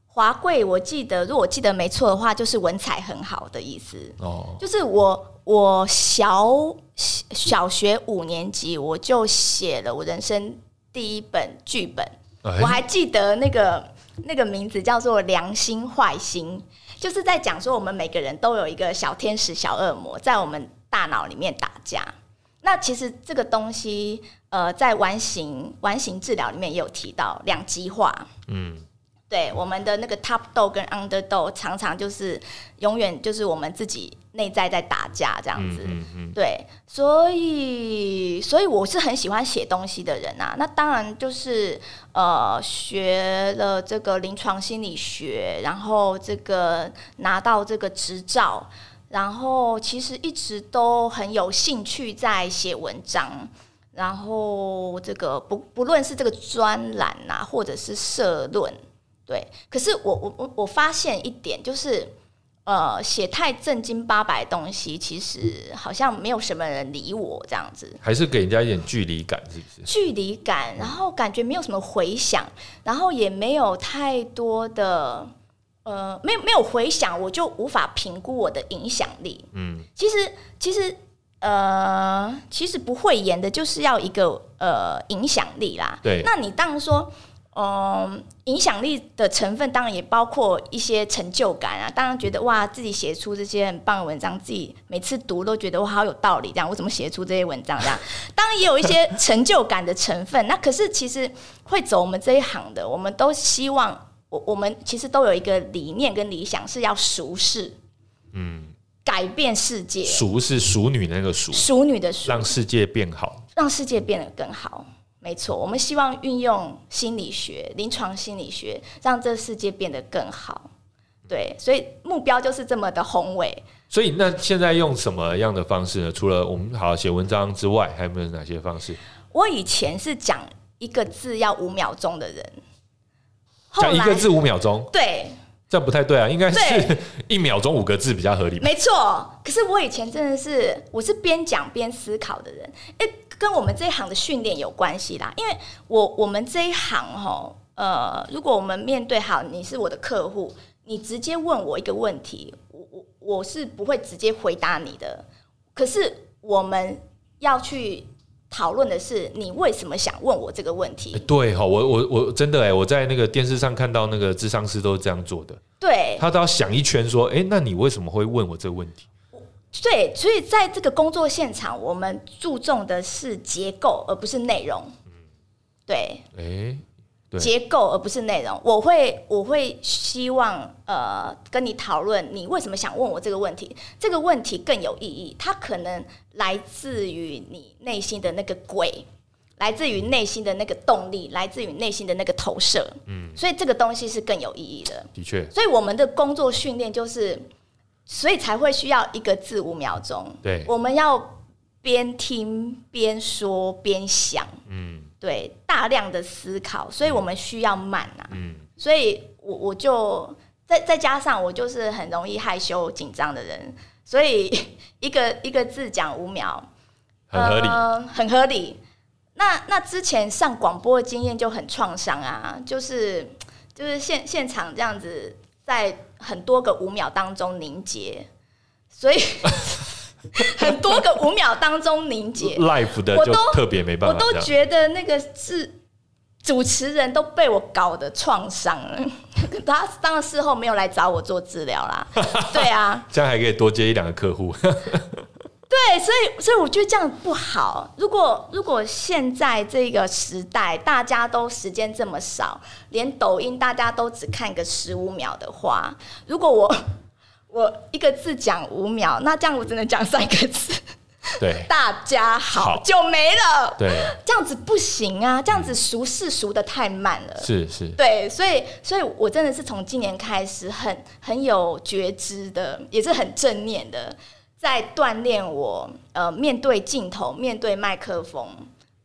[SPEAKER 1] 华贵，我记得，如果我记得没错的话，就是文采很好的意思。
[SPEAKER 2] 哦，
[SPEAKER 1] 就是我我小小学五年级我就写了我人生第一本剧本，
[SPEAKER 2] 哎
[SPEAKER 1] 我还记得那个那个名字叫做《良心坏心》，就是在讲说我们每个人都有一个小天使、小恶魔在我们大脑里面打架。那其实这个东西，呃，在完形完形治疗里面也有提到两极化。
[SPEAKER 2] 嗯，
[SPEAKER 1] 对我们的那个 top dog 跟 under dog 常常就是永远就是我们自己内在在打架这样
[SPEAKER 2] 嗯
[SPEAKER 1] 子。
[SPEAKER 2] 嗯嗯，
[SPEAKER 1] 对，所以所以我是很喜欢写东西的人啊。那当然就是呃，学了这个临床心理学，然后这个拿到这个执照，然后其实一直都很有兴趣在写文章。然后这个不不论是这个专栏啊，或者是社论，对。可是我我我我发现一点就是，呃，写太正经八百的东西，其实好像没有什么人理我这样子，
[SPEAKER 2] 还是给人家一点距离感，是不是？
[SPEAKER 1] 距离感，然后感觉没有什么回响，然后也没有太多的，呃，没有没有回响，我就无法评估我的影响力。
[SPEAKER 2] 嗯，
[SPEAKER 1] 其实其实呃，其实不会演的就是要一个呃影响力啦。
[SPEAKER 2] 对
[SPEAKER 1] 那你当然说。嗯，影响力的成分当然也包括一些成就感啊。当然觉得哇，自己写出这些很棒的文章，自己每次读都觉得我好有道理，这样我怎么写出这些文章这样？当然也有一些成就感的成分。 <laughs> 那可是其实会走我们这一行的，我们都希望我我们其实都有一个理念跟理想是要熟视，
[SPEAKER 2] 嗯，
[SPEAKER 1] 改变世界。
[SPEAKER 2] 熟是熟女那个熟，
[SPEAKER 1] 淑女的淑，
[SPEAKER 2] 让世界变好。
[SPEAKER 1] 让世界变得更好。没错，我们希望运用心理学、临床心理学，让这世界变得更好。对，所以目标就是这么的宏伟。
[SPEAKER 2] 所以，那现在用什么样的方式呢？除了我们好好写文章之外，还有没有哪些方式？
[SPEAKER 1] 我以前是讲一个字要五秒钟的人，后
[SPEAKER 2] 讲一个
[SPEAKER 1] 来
[SPEAKER 2] 字五秒钟，
[SPEAKER 1] 对，
[SPEAKER 2] 这样不太对啊，应该是
[SPEAKER 1] 对
[SPEAKER 2] <laughs> 一秒钟五个字比较合理吧。
[SPEAKER 1] 没错。可是我以前真的是，我是边讲边思考的人，诶、跟我们这一行的训练有关系啦。因为我我们这一行哦，呃，如果我们面对好你是我的客户，你直接问我一个问题，我我我是不会直接回答你的。可是我们要去讨论的是，你为什么想问我这个问
[SPEAKER 2] 欸
[SPEAKER 1] 题？
[SPEAKER 2] 对哈，我我我真的哎、我在那个电视上看到那个智商师都是这样做的，
[SPEAKER 1] 对，
[SPEAKER 2] 他都要想一圈说，哎、那你为什么会问我这个问题？
[SPEAKER 1] 对，所以在这个工作现场，我们注重的是结构，而不是内容。对，
[SPEAKER 2] 哎、对
[SPEAKER 1] 结构而不是内容。我会，我会希望呃，跟你讨论你为什么想问我这个问题，这个问题更有意义。它可能来自于你内心的那个鬼，来自于内心的那个动力，来自于内心的那个投射。嗯，所以这个东西是更有意义的。
[SPEAKER 2] 的确，
[SPEAKER 1] 所以我们的工作训练就是，所以才会需要一个字五秒钟。
[SPEAKER 2] 对
[SPEAKER 1] 我们要边听边说边想，
[SPEAKER 2] 嗯
[SPEAKER 1] 对，大量的思考，所以我们需要慢啊。
[SPEAKER 2] 嗯，
[SPEAKER 1] 所以我我就再再加上我就是很容易害羞紧张的人，所以 <laughs> 一个一个字讲五秒，
[SPEAKER 2] 很合理。
[SPEAKER 1] 呃很合理。那那之前上广播的经验就很创伤啊，就是就是现现场这样子，在很多个五秒当中凝结，所以 <laughs> 很多个五秒当中凝结，
[SPEAKER 2] life 的
[SPEAKER 1] 我
[SPEAKER 2] 就
[SPEAKER 1] 都
[SPEAKER 2] 特别没
[SPEAKER 1] 我
[SPEAKER 2] 办法
[SPEAKER 1] 都
[SPEAKER 2] 这样。
[SPEAKER 1] 觉得那个是主持人都被我搞得创伤了。 <laughs> 他当然事后没有来找我做治疗
[SPEAKER 2] <laughs>
[SPEAKER 1] 啦，对啊，
[SPEAKER 2] 这样还可以多接一两个客户， <laughs>
[SPEAKER 1] 对，所以所以我觉得这样不好。如果如果现在这个时代大家都时间这么少，连抖音大家都只看个十五秒的话，如果我我一个字讲五秒，那这样我只能讲三个字，
[SPEAKER 2] 对
[SPEAKER 1] 大家好
[SPEAKER 2] 好
[SPEAKER 1] 就没了。
[SPEAKER 2] 对，
[SPEAKER 1] 这样子不行啊，这样子熟是熟的太慢了。
[SPEAKER 2] 嗯是是，
[SPEAKER 1] 对，所以，所以我真的是从今年开始很很有觉知的，也是很正念的，在锻炼我呃面对镜头、面对麦克风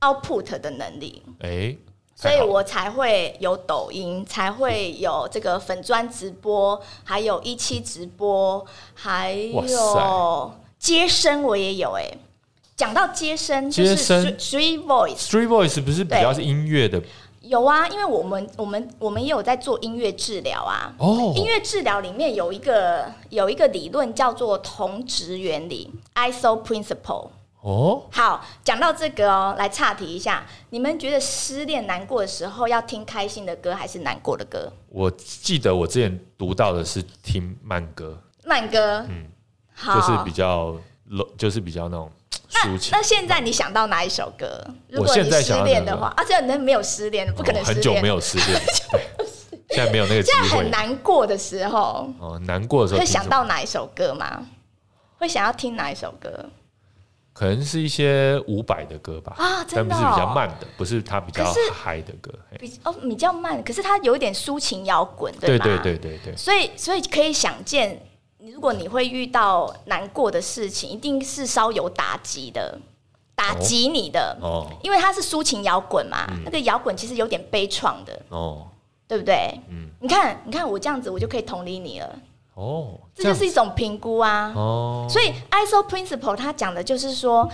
[SPEAKER 1] output 的能力，
[SPEAKER 2] 哎，
[SPEAKER 1] 所以
[SPEAKER 2] 还好
[SPEAKER 1] 我才会有抖音，才会有这个粉砖直播，还有一期直播，还
[SPEAKER 2] 哇
[SPEAKER 1] 有
[SPEAKER 2] 塞
[SPEAKER 1] 接生我也有哎、讲到接生，就是
[SPEAKER 2] 接生
[SPEAKER 1] three three voice。
[SPEAKER 2] Street Voice 不是比较
[SPEAKER 1] 对
[SPEAKER 2] 是音乐的
[SPEAKER 1] 有啊，因为我们我们我们也有在做音乐治疗啊。
[SPEAKER 2] 哦
[SPEAKER 1] 音乐治疗里面有一个有一个理论叫做同值原理 （ISO principle）。
[SPEAKER 2] 哦，
[SPEAKER 1] 好，讲到这个哦，来岔题一下，你们觉得失恋难过的时候要听开心的歌还是难过的歌？
[SPEAKER 2] 我记得我之前读到的是听慢歌，
[SPEAKER 1] 慢歌，嗯，好，
[SPEAKER 2] 就是比较 low，就是比较那种抒情
[SPEAKER 1] 那。现在你想到哪一首歌？如
[SPEAKER 2] 我
[SPEAKER 1] 果你
[SPEAKER 2] 现在
[SPEAKER 1] 失
[SPEAKER 2] 想到
[SPEAKER 1] 恋的
[SPEAKER 2] 哪首歌
[SPEAKER 1] 话，而且你没有失恋，不可能
[SPEAKER 2] 哦
[SPEAKER 1] 失恋，
[SPEAKER 2] 很久没有失
[SPEAKER 1] <laughs>
[SPEAKER 2] 恋，对，现在没有那个机
[SPEAKER 1] 现在很
[SPEAKER 2] 会。
[SPEAKER 1] 难过的时候，
[SPEAKER 2] 哦，难过的时候
[SPEAKER 1] 会
[SPEAKER 2] 听什
[SPEAKER 1] 想
[SPEAKER 2] 么？
[SPEAKER 1] 到哪一首歌吗？会想要听哪一首歌？
[SPEAKER 2] 可能是一些伍佰的歌吧，
[SPEAKER 1] 啊
[SPEAKER 2] 但
[SPEAKER 1] 真
[SPEAKER 2] 不
[SPEAKER 1] 的哦
[SPEAKER 2] 是比较慢的，不是他比较
[SPEAKER 1] 可是
[SPEAKER 2] 嗨的歌。嘿
[SPEAKER 1] 比哦比较慢，可是它有一点抒情摇滚，
[SPEAKER 2] 对
[SPEAKER 1] 吧？
[SPEAKER 2] 对对对对，
[SPEAKER 1] 所以所以可以想见，如果你会遇到难过的事情，一定是稍有打击的，打击你的，
[SPEAKER 2] 哦嗯
[SPEAKER 1] 因为它是抒情摇滚嘛，那个摇滚其实有点悲怆的，
[SPEAKER 2] 哦
[SPEAKER 1] 对不对？
[SPEAKER 2] 嗯
[SPEAKER 1] 你看你看我这样子，我就可以同理你了，
[SPEAKER 2] 哦，
[SPEAKER 1] 这就
[SPEAKER 2] 样
[SPEAKER 1] 是一种评估啊。
[SPEAKER 2] 哦，
[SPEAKER 1] 所以 ISO principle 它讲的就是说，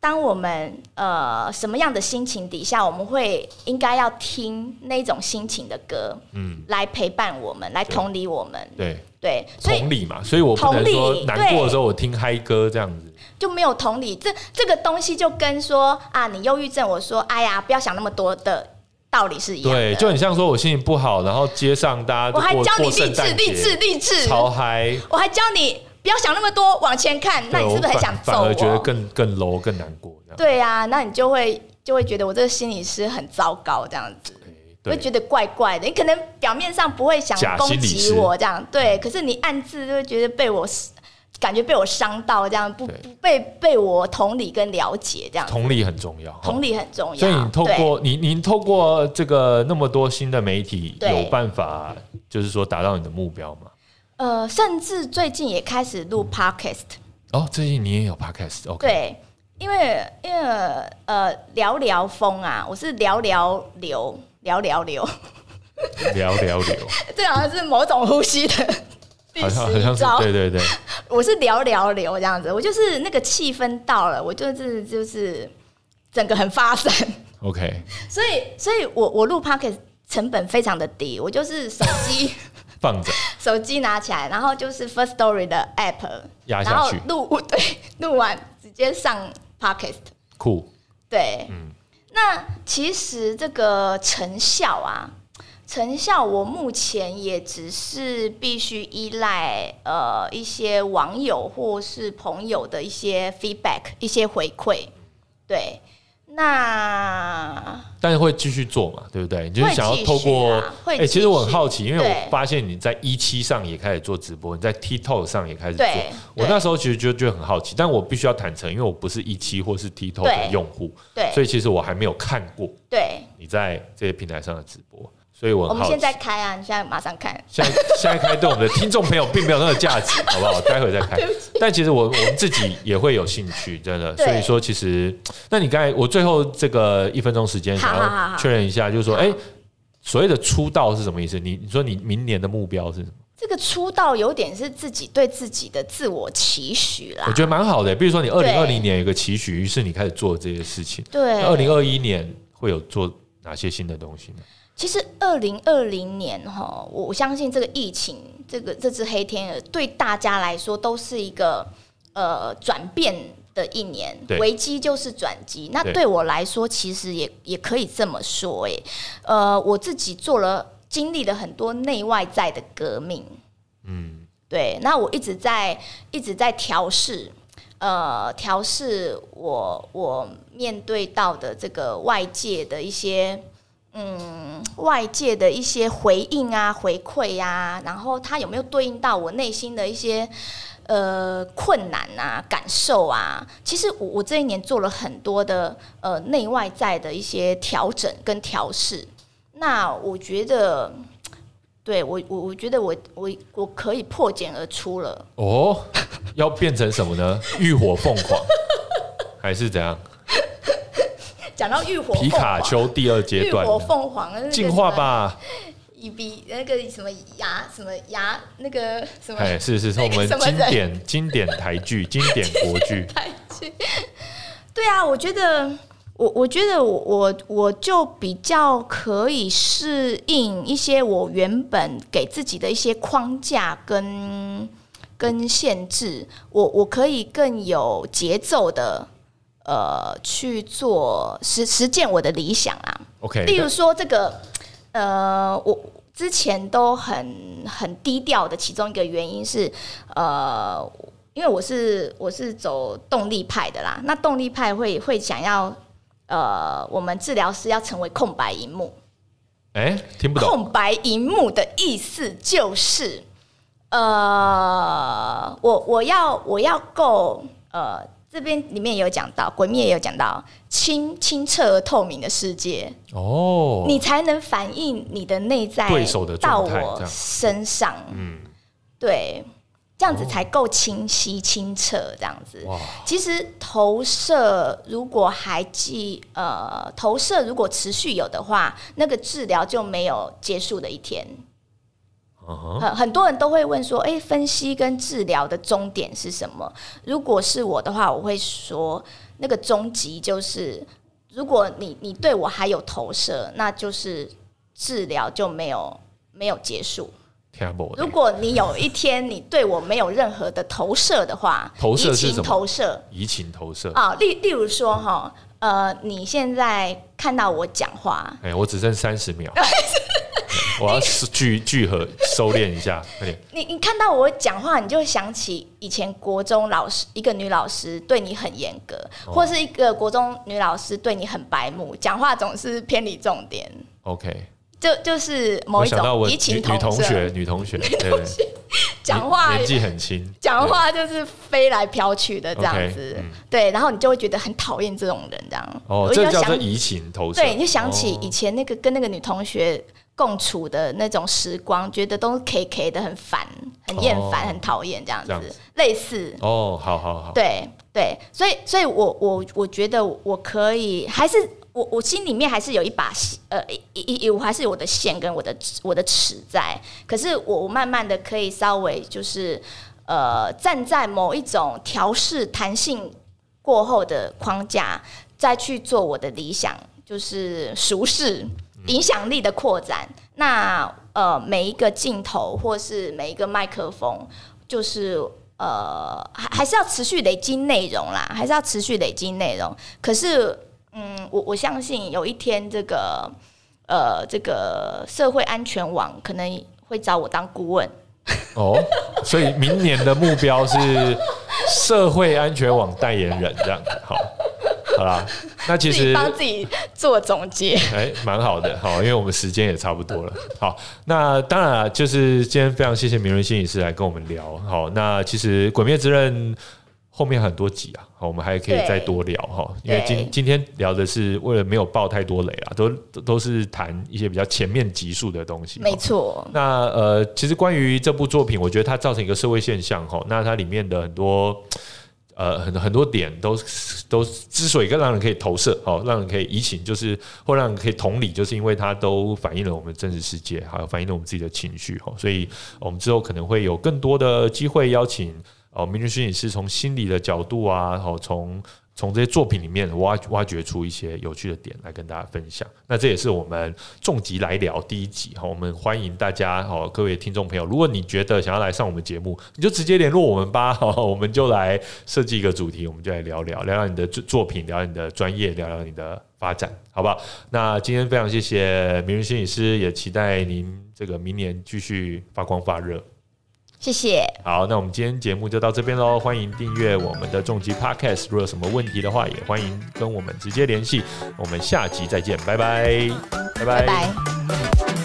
[SPEAKER 1] 当我们呃什么样的心情底下，我们会应该要听那种心情的歌，嗯，来陪伴我们，来同理我们，
[SPEAKER 2] 对，
[SPEAKER 1] 对，所以
[SPEAKER 2] 同理嘛，所以我不能
[SPEAKER 1] 同
[SPEAKER 2] 说
[SPEAKER 1] 理
[SPEAKER 2] 难过的时候我听嗨歌这样子。
[SPEAKER 1] 就没有同理。这这个东西就跟说啊，你忧郁症，我说哎呀，不要想那么多的道理是一样的。
[SPEAKER 2] 对，就很像说我心情不好，然后街上大家都
[SPEAKER 1] 我还
[SPEAKER 2] 过
[SPEAKER 1] 教你
[SPEAKER 2] 过
[SPEAKER 1] 励
[SPEAKER 2] 圣
[SPEAKER 1] 志，
[SPEAKER 2] 诞节
[SPEAKER 1] 励志，嗯励志，
[SPEAKER 2] 超嗨。
[SPEAKER 1] 我还教你不要想那么多，往前看。那你
[SPEAKER 2] 对
[SPEAKER 1] 是不是很
[SPEAKER 2] 我反
[SPEAKER 1] 想揍
[SPEAKER 2] 反
[SPEAKER 1] 我？
[SPEAKER 2] 而觉得更更 low 更难过这样？
[SPEAKER 1] 对啊，那你就会就会觉得我这个心理师很糟糕，这样子。会
[SPEAKER 2] 对
[SPEAKER 1] 觉得怪怪的。你可能表面上不会想
[SPEAKER 2] 假
[SPEAKER 1] 攻
[SPEAKER 2] 心理
[SPEAKER 1] 击
[SPEAKER 2] 师嗯
[SPEAKER 1] 我这样，对，可是你暗自就会觉得被我感觉被我伤到，这样不
[SPEAKER 2] 对
[SPEAKER 1] 不被被我同理跟了解这样。
[SPEAKER 2] 同理很重要。哈
[SPEAKER 1] 同理很重要，
[SPEAKER 2] 所以你透
[SPEAKER 1] 对
[SPEAKER 2] 过你你透过这个那么多新的媒体，
[SPEAKER 1] 对
[SPEAKER 2] 有办法就是说达到你的目标嘛？
[SPEAKER 1] 呃，甚至最近也开始
[SPEAKER 2] 嗯
[SPEAKER 1] 录 podcast，、
[SPEAKER 2] 哦，最近你也有 podcast，OK？、
[SPEAKER 1] 对，因为因为呃聊聊风啊，我是聊聊流聊聊流， <laughs>
[SPEAKER 2] 聊聊聊，
[SPEAKER 1] 这好像是某种呼吸的第
[SPEAKER 2] 好像好
[SPEAKER 1] 十
[SPEAKER 2] 像
[SPEAKER 1] 一
[SPEAKER 2] 是
[SPEAKER 1] 招，
[SPEAKER 2] 对对对，
[SPEAKER 1] 我是聊聊聊这样子，我就是那个气氛到了，我就是就是整个很发散，
[SPEAKER 2] OK，
[SPEAKER 1] 所以 <laughs> 所以我我录 p o c k e t 成本非常的低，我就是手机 <laughs>
[SPEAKER 2] 放着
[SPEAKER 1] 手机拿起来，然后就是 First Story 的 app，
[SPEAKER 2] 压
[SPEAKER 1] 然
[SPEAKER 2] 下
[SPEAKER 1] 后
[SPEAKER 2] 去，
[SPEAKER 1] 录 <laughs> 对录完直接上 p o c k e t
[SPEAKER 2] 酷，
[SPEAKER 1] 对，
[SPEAKER 2] 嗯
[SPEAKER 1] 那其实这个成效啊，成效我目前也只是必须依赖呃一些网友或是朋友的一些 feedback、一些回馈。对，那
[SPEAKER 2] 但是会继续做嘛，对不对？你就
[SPEAKER 1] 会
[SPEAKER 2] 是想要
[SPEAKER 1] 继
[SPEAKER 2] 透
[SPEAKER 1] 续
[SPEAKER 2] 过哎
[SPEAKER 1] 啊会
[SPEAKER 2] 其实
[SPEAKER 1] 继
[SPEAKER 2] 我很
[SPEAKER 1] 续
[SPEAKER 2] 好奇，因为我
[SPEAKER 1] 对
[SPEAKER 2] 发现你在一期上也开始做直播，你在 TikTok 上也开始做
[SPEAKER 1] 对。
[SPEAKER 2] 我
[SPEAKER 1] 对
[SPEAKER 2] 那时候其实就就很好奇，但我必须要坦诚，因为我不是一期或是 TikTok 的
[SPEAKER 1] 对
[SPEAKER 2] 用户，
[SPEAKER 1] 对
[SPEAKER 2] 所以其实我还没有看过
[SPEAKER 1] 对，
[SPEAKER 2] 你在这些平台上的直播，所以我
[SPEAKER 1] 我
[SPEAKER 2] 很
[SPEAKER 1] 们
[SPEAKER 2] 好奇
[SPEAKER 1] 现。在开啊，你现在马上看。
[SPEAKER 2] 现在现在开对我们 <laughs> 的听众朋友并没有那个价值，好不好？待会再
[SPEAKER 1] <laughs>
[SPEAKER 2] 开。但其实我我们自己也会有兴趣，真的。
[SPEAKER 1] 对
[SPEAKER 2] 所以说，其实那你刚才我最后这个一分钟时间，
[SPEAKER 1] 好
[SPEAKER 2] 想
[SPEAKER 1] 好好
[SPEAKER 2] 要
[SPEAKER 1] 好
[SPEAKER 2] 确认一下，就是说，
[SPEAKER 1] 好
[SPEAKER 2] 哎、所谓的出道是什么意思？你你说你明年的目标是什么？
[SPEAKER 1] 这个出道有点是自己对自己的自我期许啦
[SPEAKER 2] 我。觉得蛮好的。比如说，你二零二
[SPEAKER 1] 对
[SPEAKER 2] 零年有一个期许，于是你开始做这些事情。
[SPEAKER 1] 对，
[SPEAKER 2] 那二零二一年会有做哪些新的东西呢？
[SPEAKER 1] 其实二零二零年哈，我我相信这个疫情，这个这只黑天鹅对大家来说都是一个呃转变的一年
[SPEAKER 2] 对，
[SPEAKER 1] 危机就是转机。那
[SPEAKER 2] 对
[SPEAKER 1] 对我来说，其实也也可以这么说、诶，呃，我自己做了经历了很多内外在的革命，
[SPEAKER 2] 嗯，
[SPEAKER 1] 对，那我一直在一直在调试，呃，调试我我面对到的这个外界的一些，嗯，外界的一些回应啊、回馈啊，然后它有没有对应到我内心的一些呃困难啊、感受啊？其实我我这一年做了很多的呃内外在的一些调整跟调试，那我觉得。对我，我我觉得我我我可以破茧而出了。
[SPEAKER 2] 哦，要变成什么呢？浴火凤凰，还是怎
[SPEAKER 1] <laughs>
[SPEAKER 2] 样？
[SPEAKER 1] 讲到浴火
[SPEAKER 2] 皮
[SPEAKER 1] 凤凰
[SPEAKER 2] 卡丘第二阶
[SPEAKER 1] 浴
[SPEAKER 2] 段
[SPEAKER 1] 火凤凰那个
[SPEAKER 2] 进化，吧？
[SPEAKER 1] 以比那个什么牙什么牙那个什么
[SPEAKER 2] 哎，是是是，我们
[SPEAKER 1] 什么
[SPEAKER 2] 经
[SPEAKER 1] 人
[SPEAKER 2] 典经典台
[SPEAKER 1] <laughs>
[SPEAKER 2] 剧、经典国剧
[SPEAKER 1] 台剧。对啊，我觉得我我觉得我我我就比较可以适应一些我原本给自己的一些框架跟跟限制，我我可以更有节奏的。呃，去做实实践我的理想啊，
[SPEAKER 2] ，OK，
[SPEAKER 1] 例如说这个，呃，我之前都很很低调的，其中一个原因是，呃，因为我是我是走动力派的啦，那动力派会会想要，呃，我们治疗师要成为空白荧幕，
[SPEAKER 2] 哎，听不懂，
[SPEAKER 1] 空白荧幕的意思就是，呃，我我要我要够呃，这边里面也有讲到，鬼灭也有讲到清清澈而透明的世界，
[SPEAKER 2] 哦，
[SPEAKER 1] 你才能反映你的内在
[SPEAKER 2] 对手的
[SPEAKER 1] 到
[SPEAKER 2] 状态这
[SPEAKER 1] 我
[SPEAKER 2] 样
[SPEAKER 1] 身上，
[SPEAKER 2] 嗯，
[SPEAKER 1] 对，这样子才够清晰清澈，这样子。
[SPEAKER 2] 哇，
[SPEAKER 1] 其实投射如果还记呃投射如果持续有的话，那个治疗就没有结束的一天。
[SPEAKER 2] 嗯哼，
[SPEAKER 1] 很很多人都会问说，诶，分析跟治疗的终点是什么？如果是我的话，我会说那个终极就是，如果你你对我还有投射，那就是治疗就没有没有结束。
[SPEAKER 2] 听不
[SPEAKER 1] 如
[SPEAKER 2] 懂，
[SPEAKER 1] 果你有一天你对我没有任何的投射的话，
[SPEAKER 2] 投射
[SPEAKER 1] 移
[SPEAKER 2] 是
[SPEAKER 1] 情
[SPEAKER 2] 什么
[SPEAKER 1] 投射
[SPEAKER 2] 移情投射，
[SPEAKER 1] 啊，例例如说哈，呃，你现在看到我讲话，
[SPEAKER 2] 哎，我只剩三十
[SPEAKER 1] <laughs>
[SPEAKER 2] 秒，
[SPEAKER 1] 哎
[SPEAKER 2] <laughs> 我要聚聚合收敛一下，快点，
[SPEAKER 1] 你你看到我讲话，你就会想起以前国中老师一个女老师对你很严格，
[SPEAKER 2] 哦
[SPEAKER 1] 或是一个国中女老师对你很白目，讲话总是偏离重点，
[SPEAKER 2] ，OK。
[SPEAKER 1] 就就是某
[SPEAKER 2] 我
[SPEAKER 1] 一
[SPEAKER 2] 想到
[SPEAKER 1] 种
[SPEAKER 2] 我女
[SPEAKER 1] 移情
[SPEAKER 2] 女
[SPEAKER 1] 同
[SPEAKER 2] 同
[SPEAKER 1] 色
[SPEAKER 2] 学，女同学，
[SPEAKER 1] <laughs>
[SPEAKER 2] 对对，
[SPEAKER 1] 讲话
[SPEAKER 2] 年纪很轻，
[SPEAKER 1] 讲话就是飞来飘去的这样子
[SPEAKER 2] OK，嗯
[SPEAKER 1] 对，然后你就会觉得很讨厌这种人这样。
[SPEAKER 2] 哦，
[SPEAKER 1] 我就
[SPEAKER 2] 这叫做
[SPEAKER 1] 想
[SPEAKER 2] 移情投射。
[SPEAKER 1] 对，你就想起
[SPEAKER 2] 哦
[SPEAKER 1] 以前那个跟那个女同学共处的那种时光，觉得都是 K K 的，很烦，很厌烦，
[SPEAKER 2] 哦
[SPEAKER 1] 很讨厌这样
[SPEAKER 2] 这样
[SPEAKER 1] 子
[SPEAKER 2] 子，
[SPEAKER 1] 类似。
[SPEAKER 2] 哦，好好好，
[SPEAKER 1] 对对，所以所以我我我觉得我可以，还是我我心里面还是有一把呃一一一我还是有我的线跟我的我的尺在，可是我我慢慢的可以稍微就是呃站在某一种调试弹性过后的框架，再去做我的理想，就是熟视影响力的扩展。那呃每一个镜头或是每一个麦克风，就是呃，还还是要持续累积内容啦，还是要持续累积内容。可是，嗯，我我相信有一天这个呃，这个社会安全网可能会找我当顾问。
[SPEAKER 2] 哦，所以明年的目标是社会安全网代言人这样，好，好啦，那其
[SPEAKER 1] 自己
[SPEAKER 2] 实
[SPEAKER 1] 帮自己做总结。
[SPEAKER 2] 哎，蛮好的，好，因为我们时间也差不多了。好，那当然啊就是今天非常谢谢明伦心理师来跟我们聊。好，那其实《鬼灭之刃》后面很多集啊，好，我们还可以
[SPEAKER 1] 对
[SPEAKER 2] 再多聊哈，因为
[SPEAKER 1] 对
[SPEAKER 2] 今今天聊的是为了没有爆太多雷啦，都都都是谈一些比较前面集数的东西。
[SPEAKER 1] 没错，
[SPEAKER 2] 那呃，其实关于这部作品，我觉得它造成一个社会现象哈。那它里面的很多呃很很多点都都之所以更让人可以投射，好、让人可以移情，就是或让人可以同理，就是因为它都反映了我们真实世界，还有反映了我们自己的情绪，好、所以我们之后可能会有更多的机会邀请哦，明君摄影师从心理的角度啊，然后从从这些作品里面挖挖掘出一些有趣的点来跟大家分享。那这也是我们重集来聊第一集哈，我们欢迎大家哦，各位听众朋友，如果你觉得想要来上我们节目，你就直接联络我们吧，哦我们就来设计一个主题，我们就来聊聊聊聊你的作作品，聊聊你的专业，聊聊你的发展，好不好？那今天非常谢谢明日心理师，也期待您这个明年继续发光发热。
[SPEAKER 1] 谢谢，
[SPEAKER 2] 好，那我们今天节目就到这边喽。欢迎订阅我们的重疾 Podcast，如果有什么问题的话，也欢迎跟我们直接联系。我们下集再见，拜拜，拜
[SPEAKER 1] 拜拜。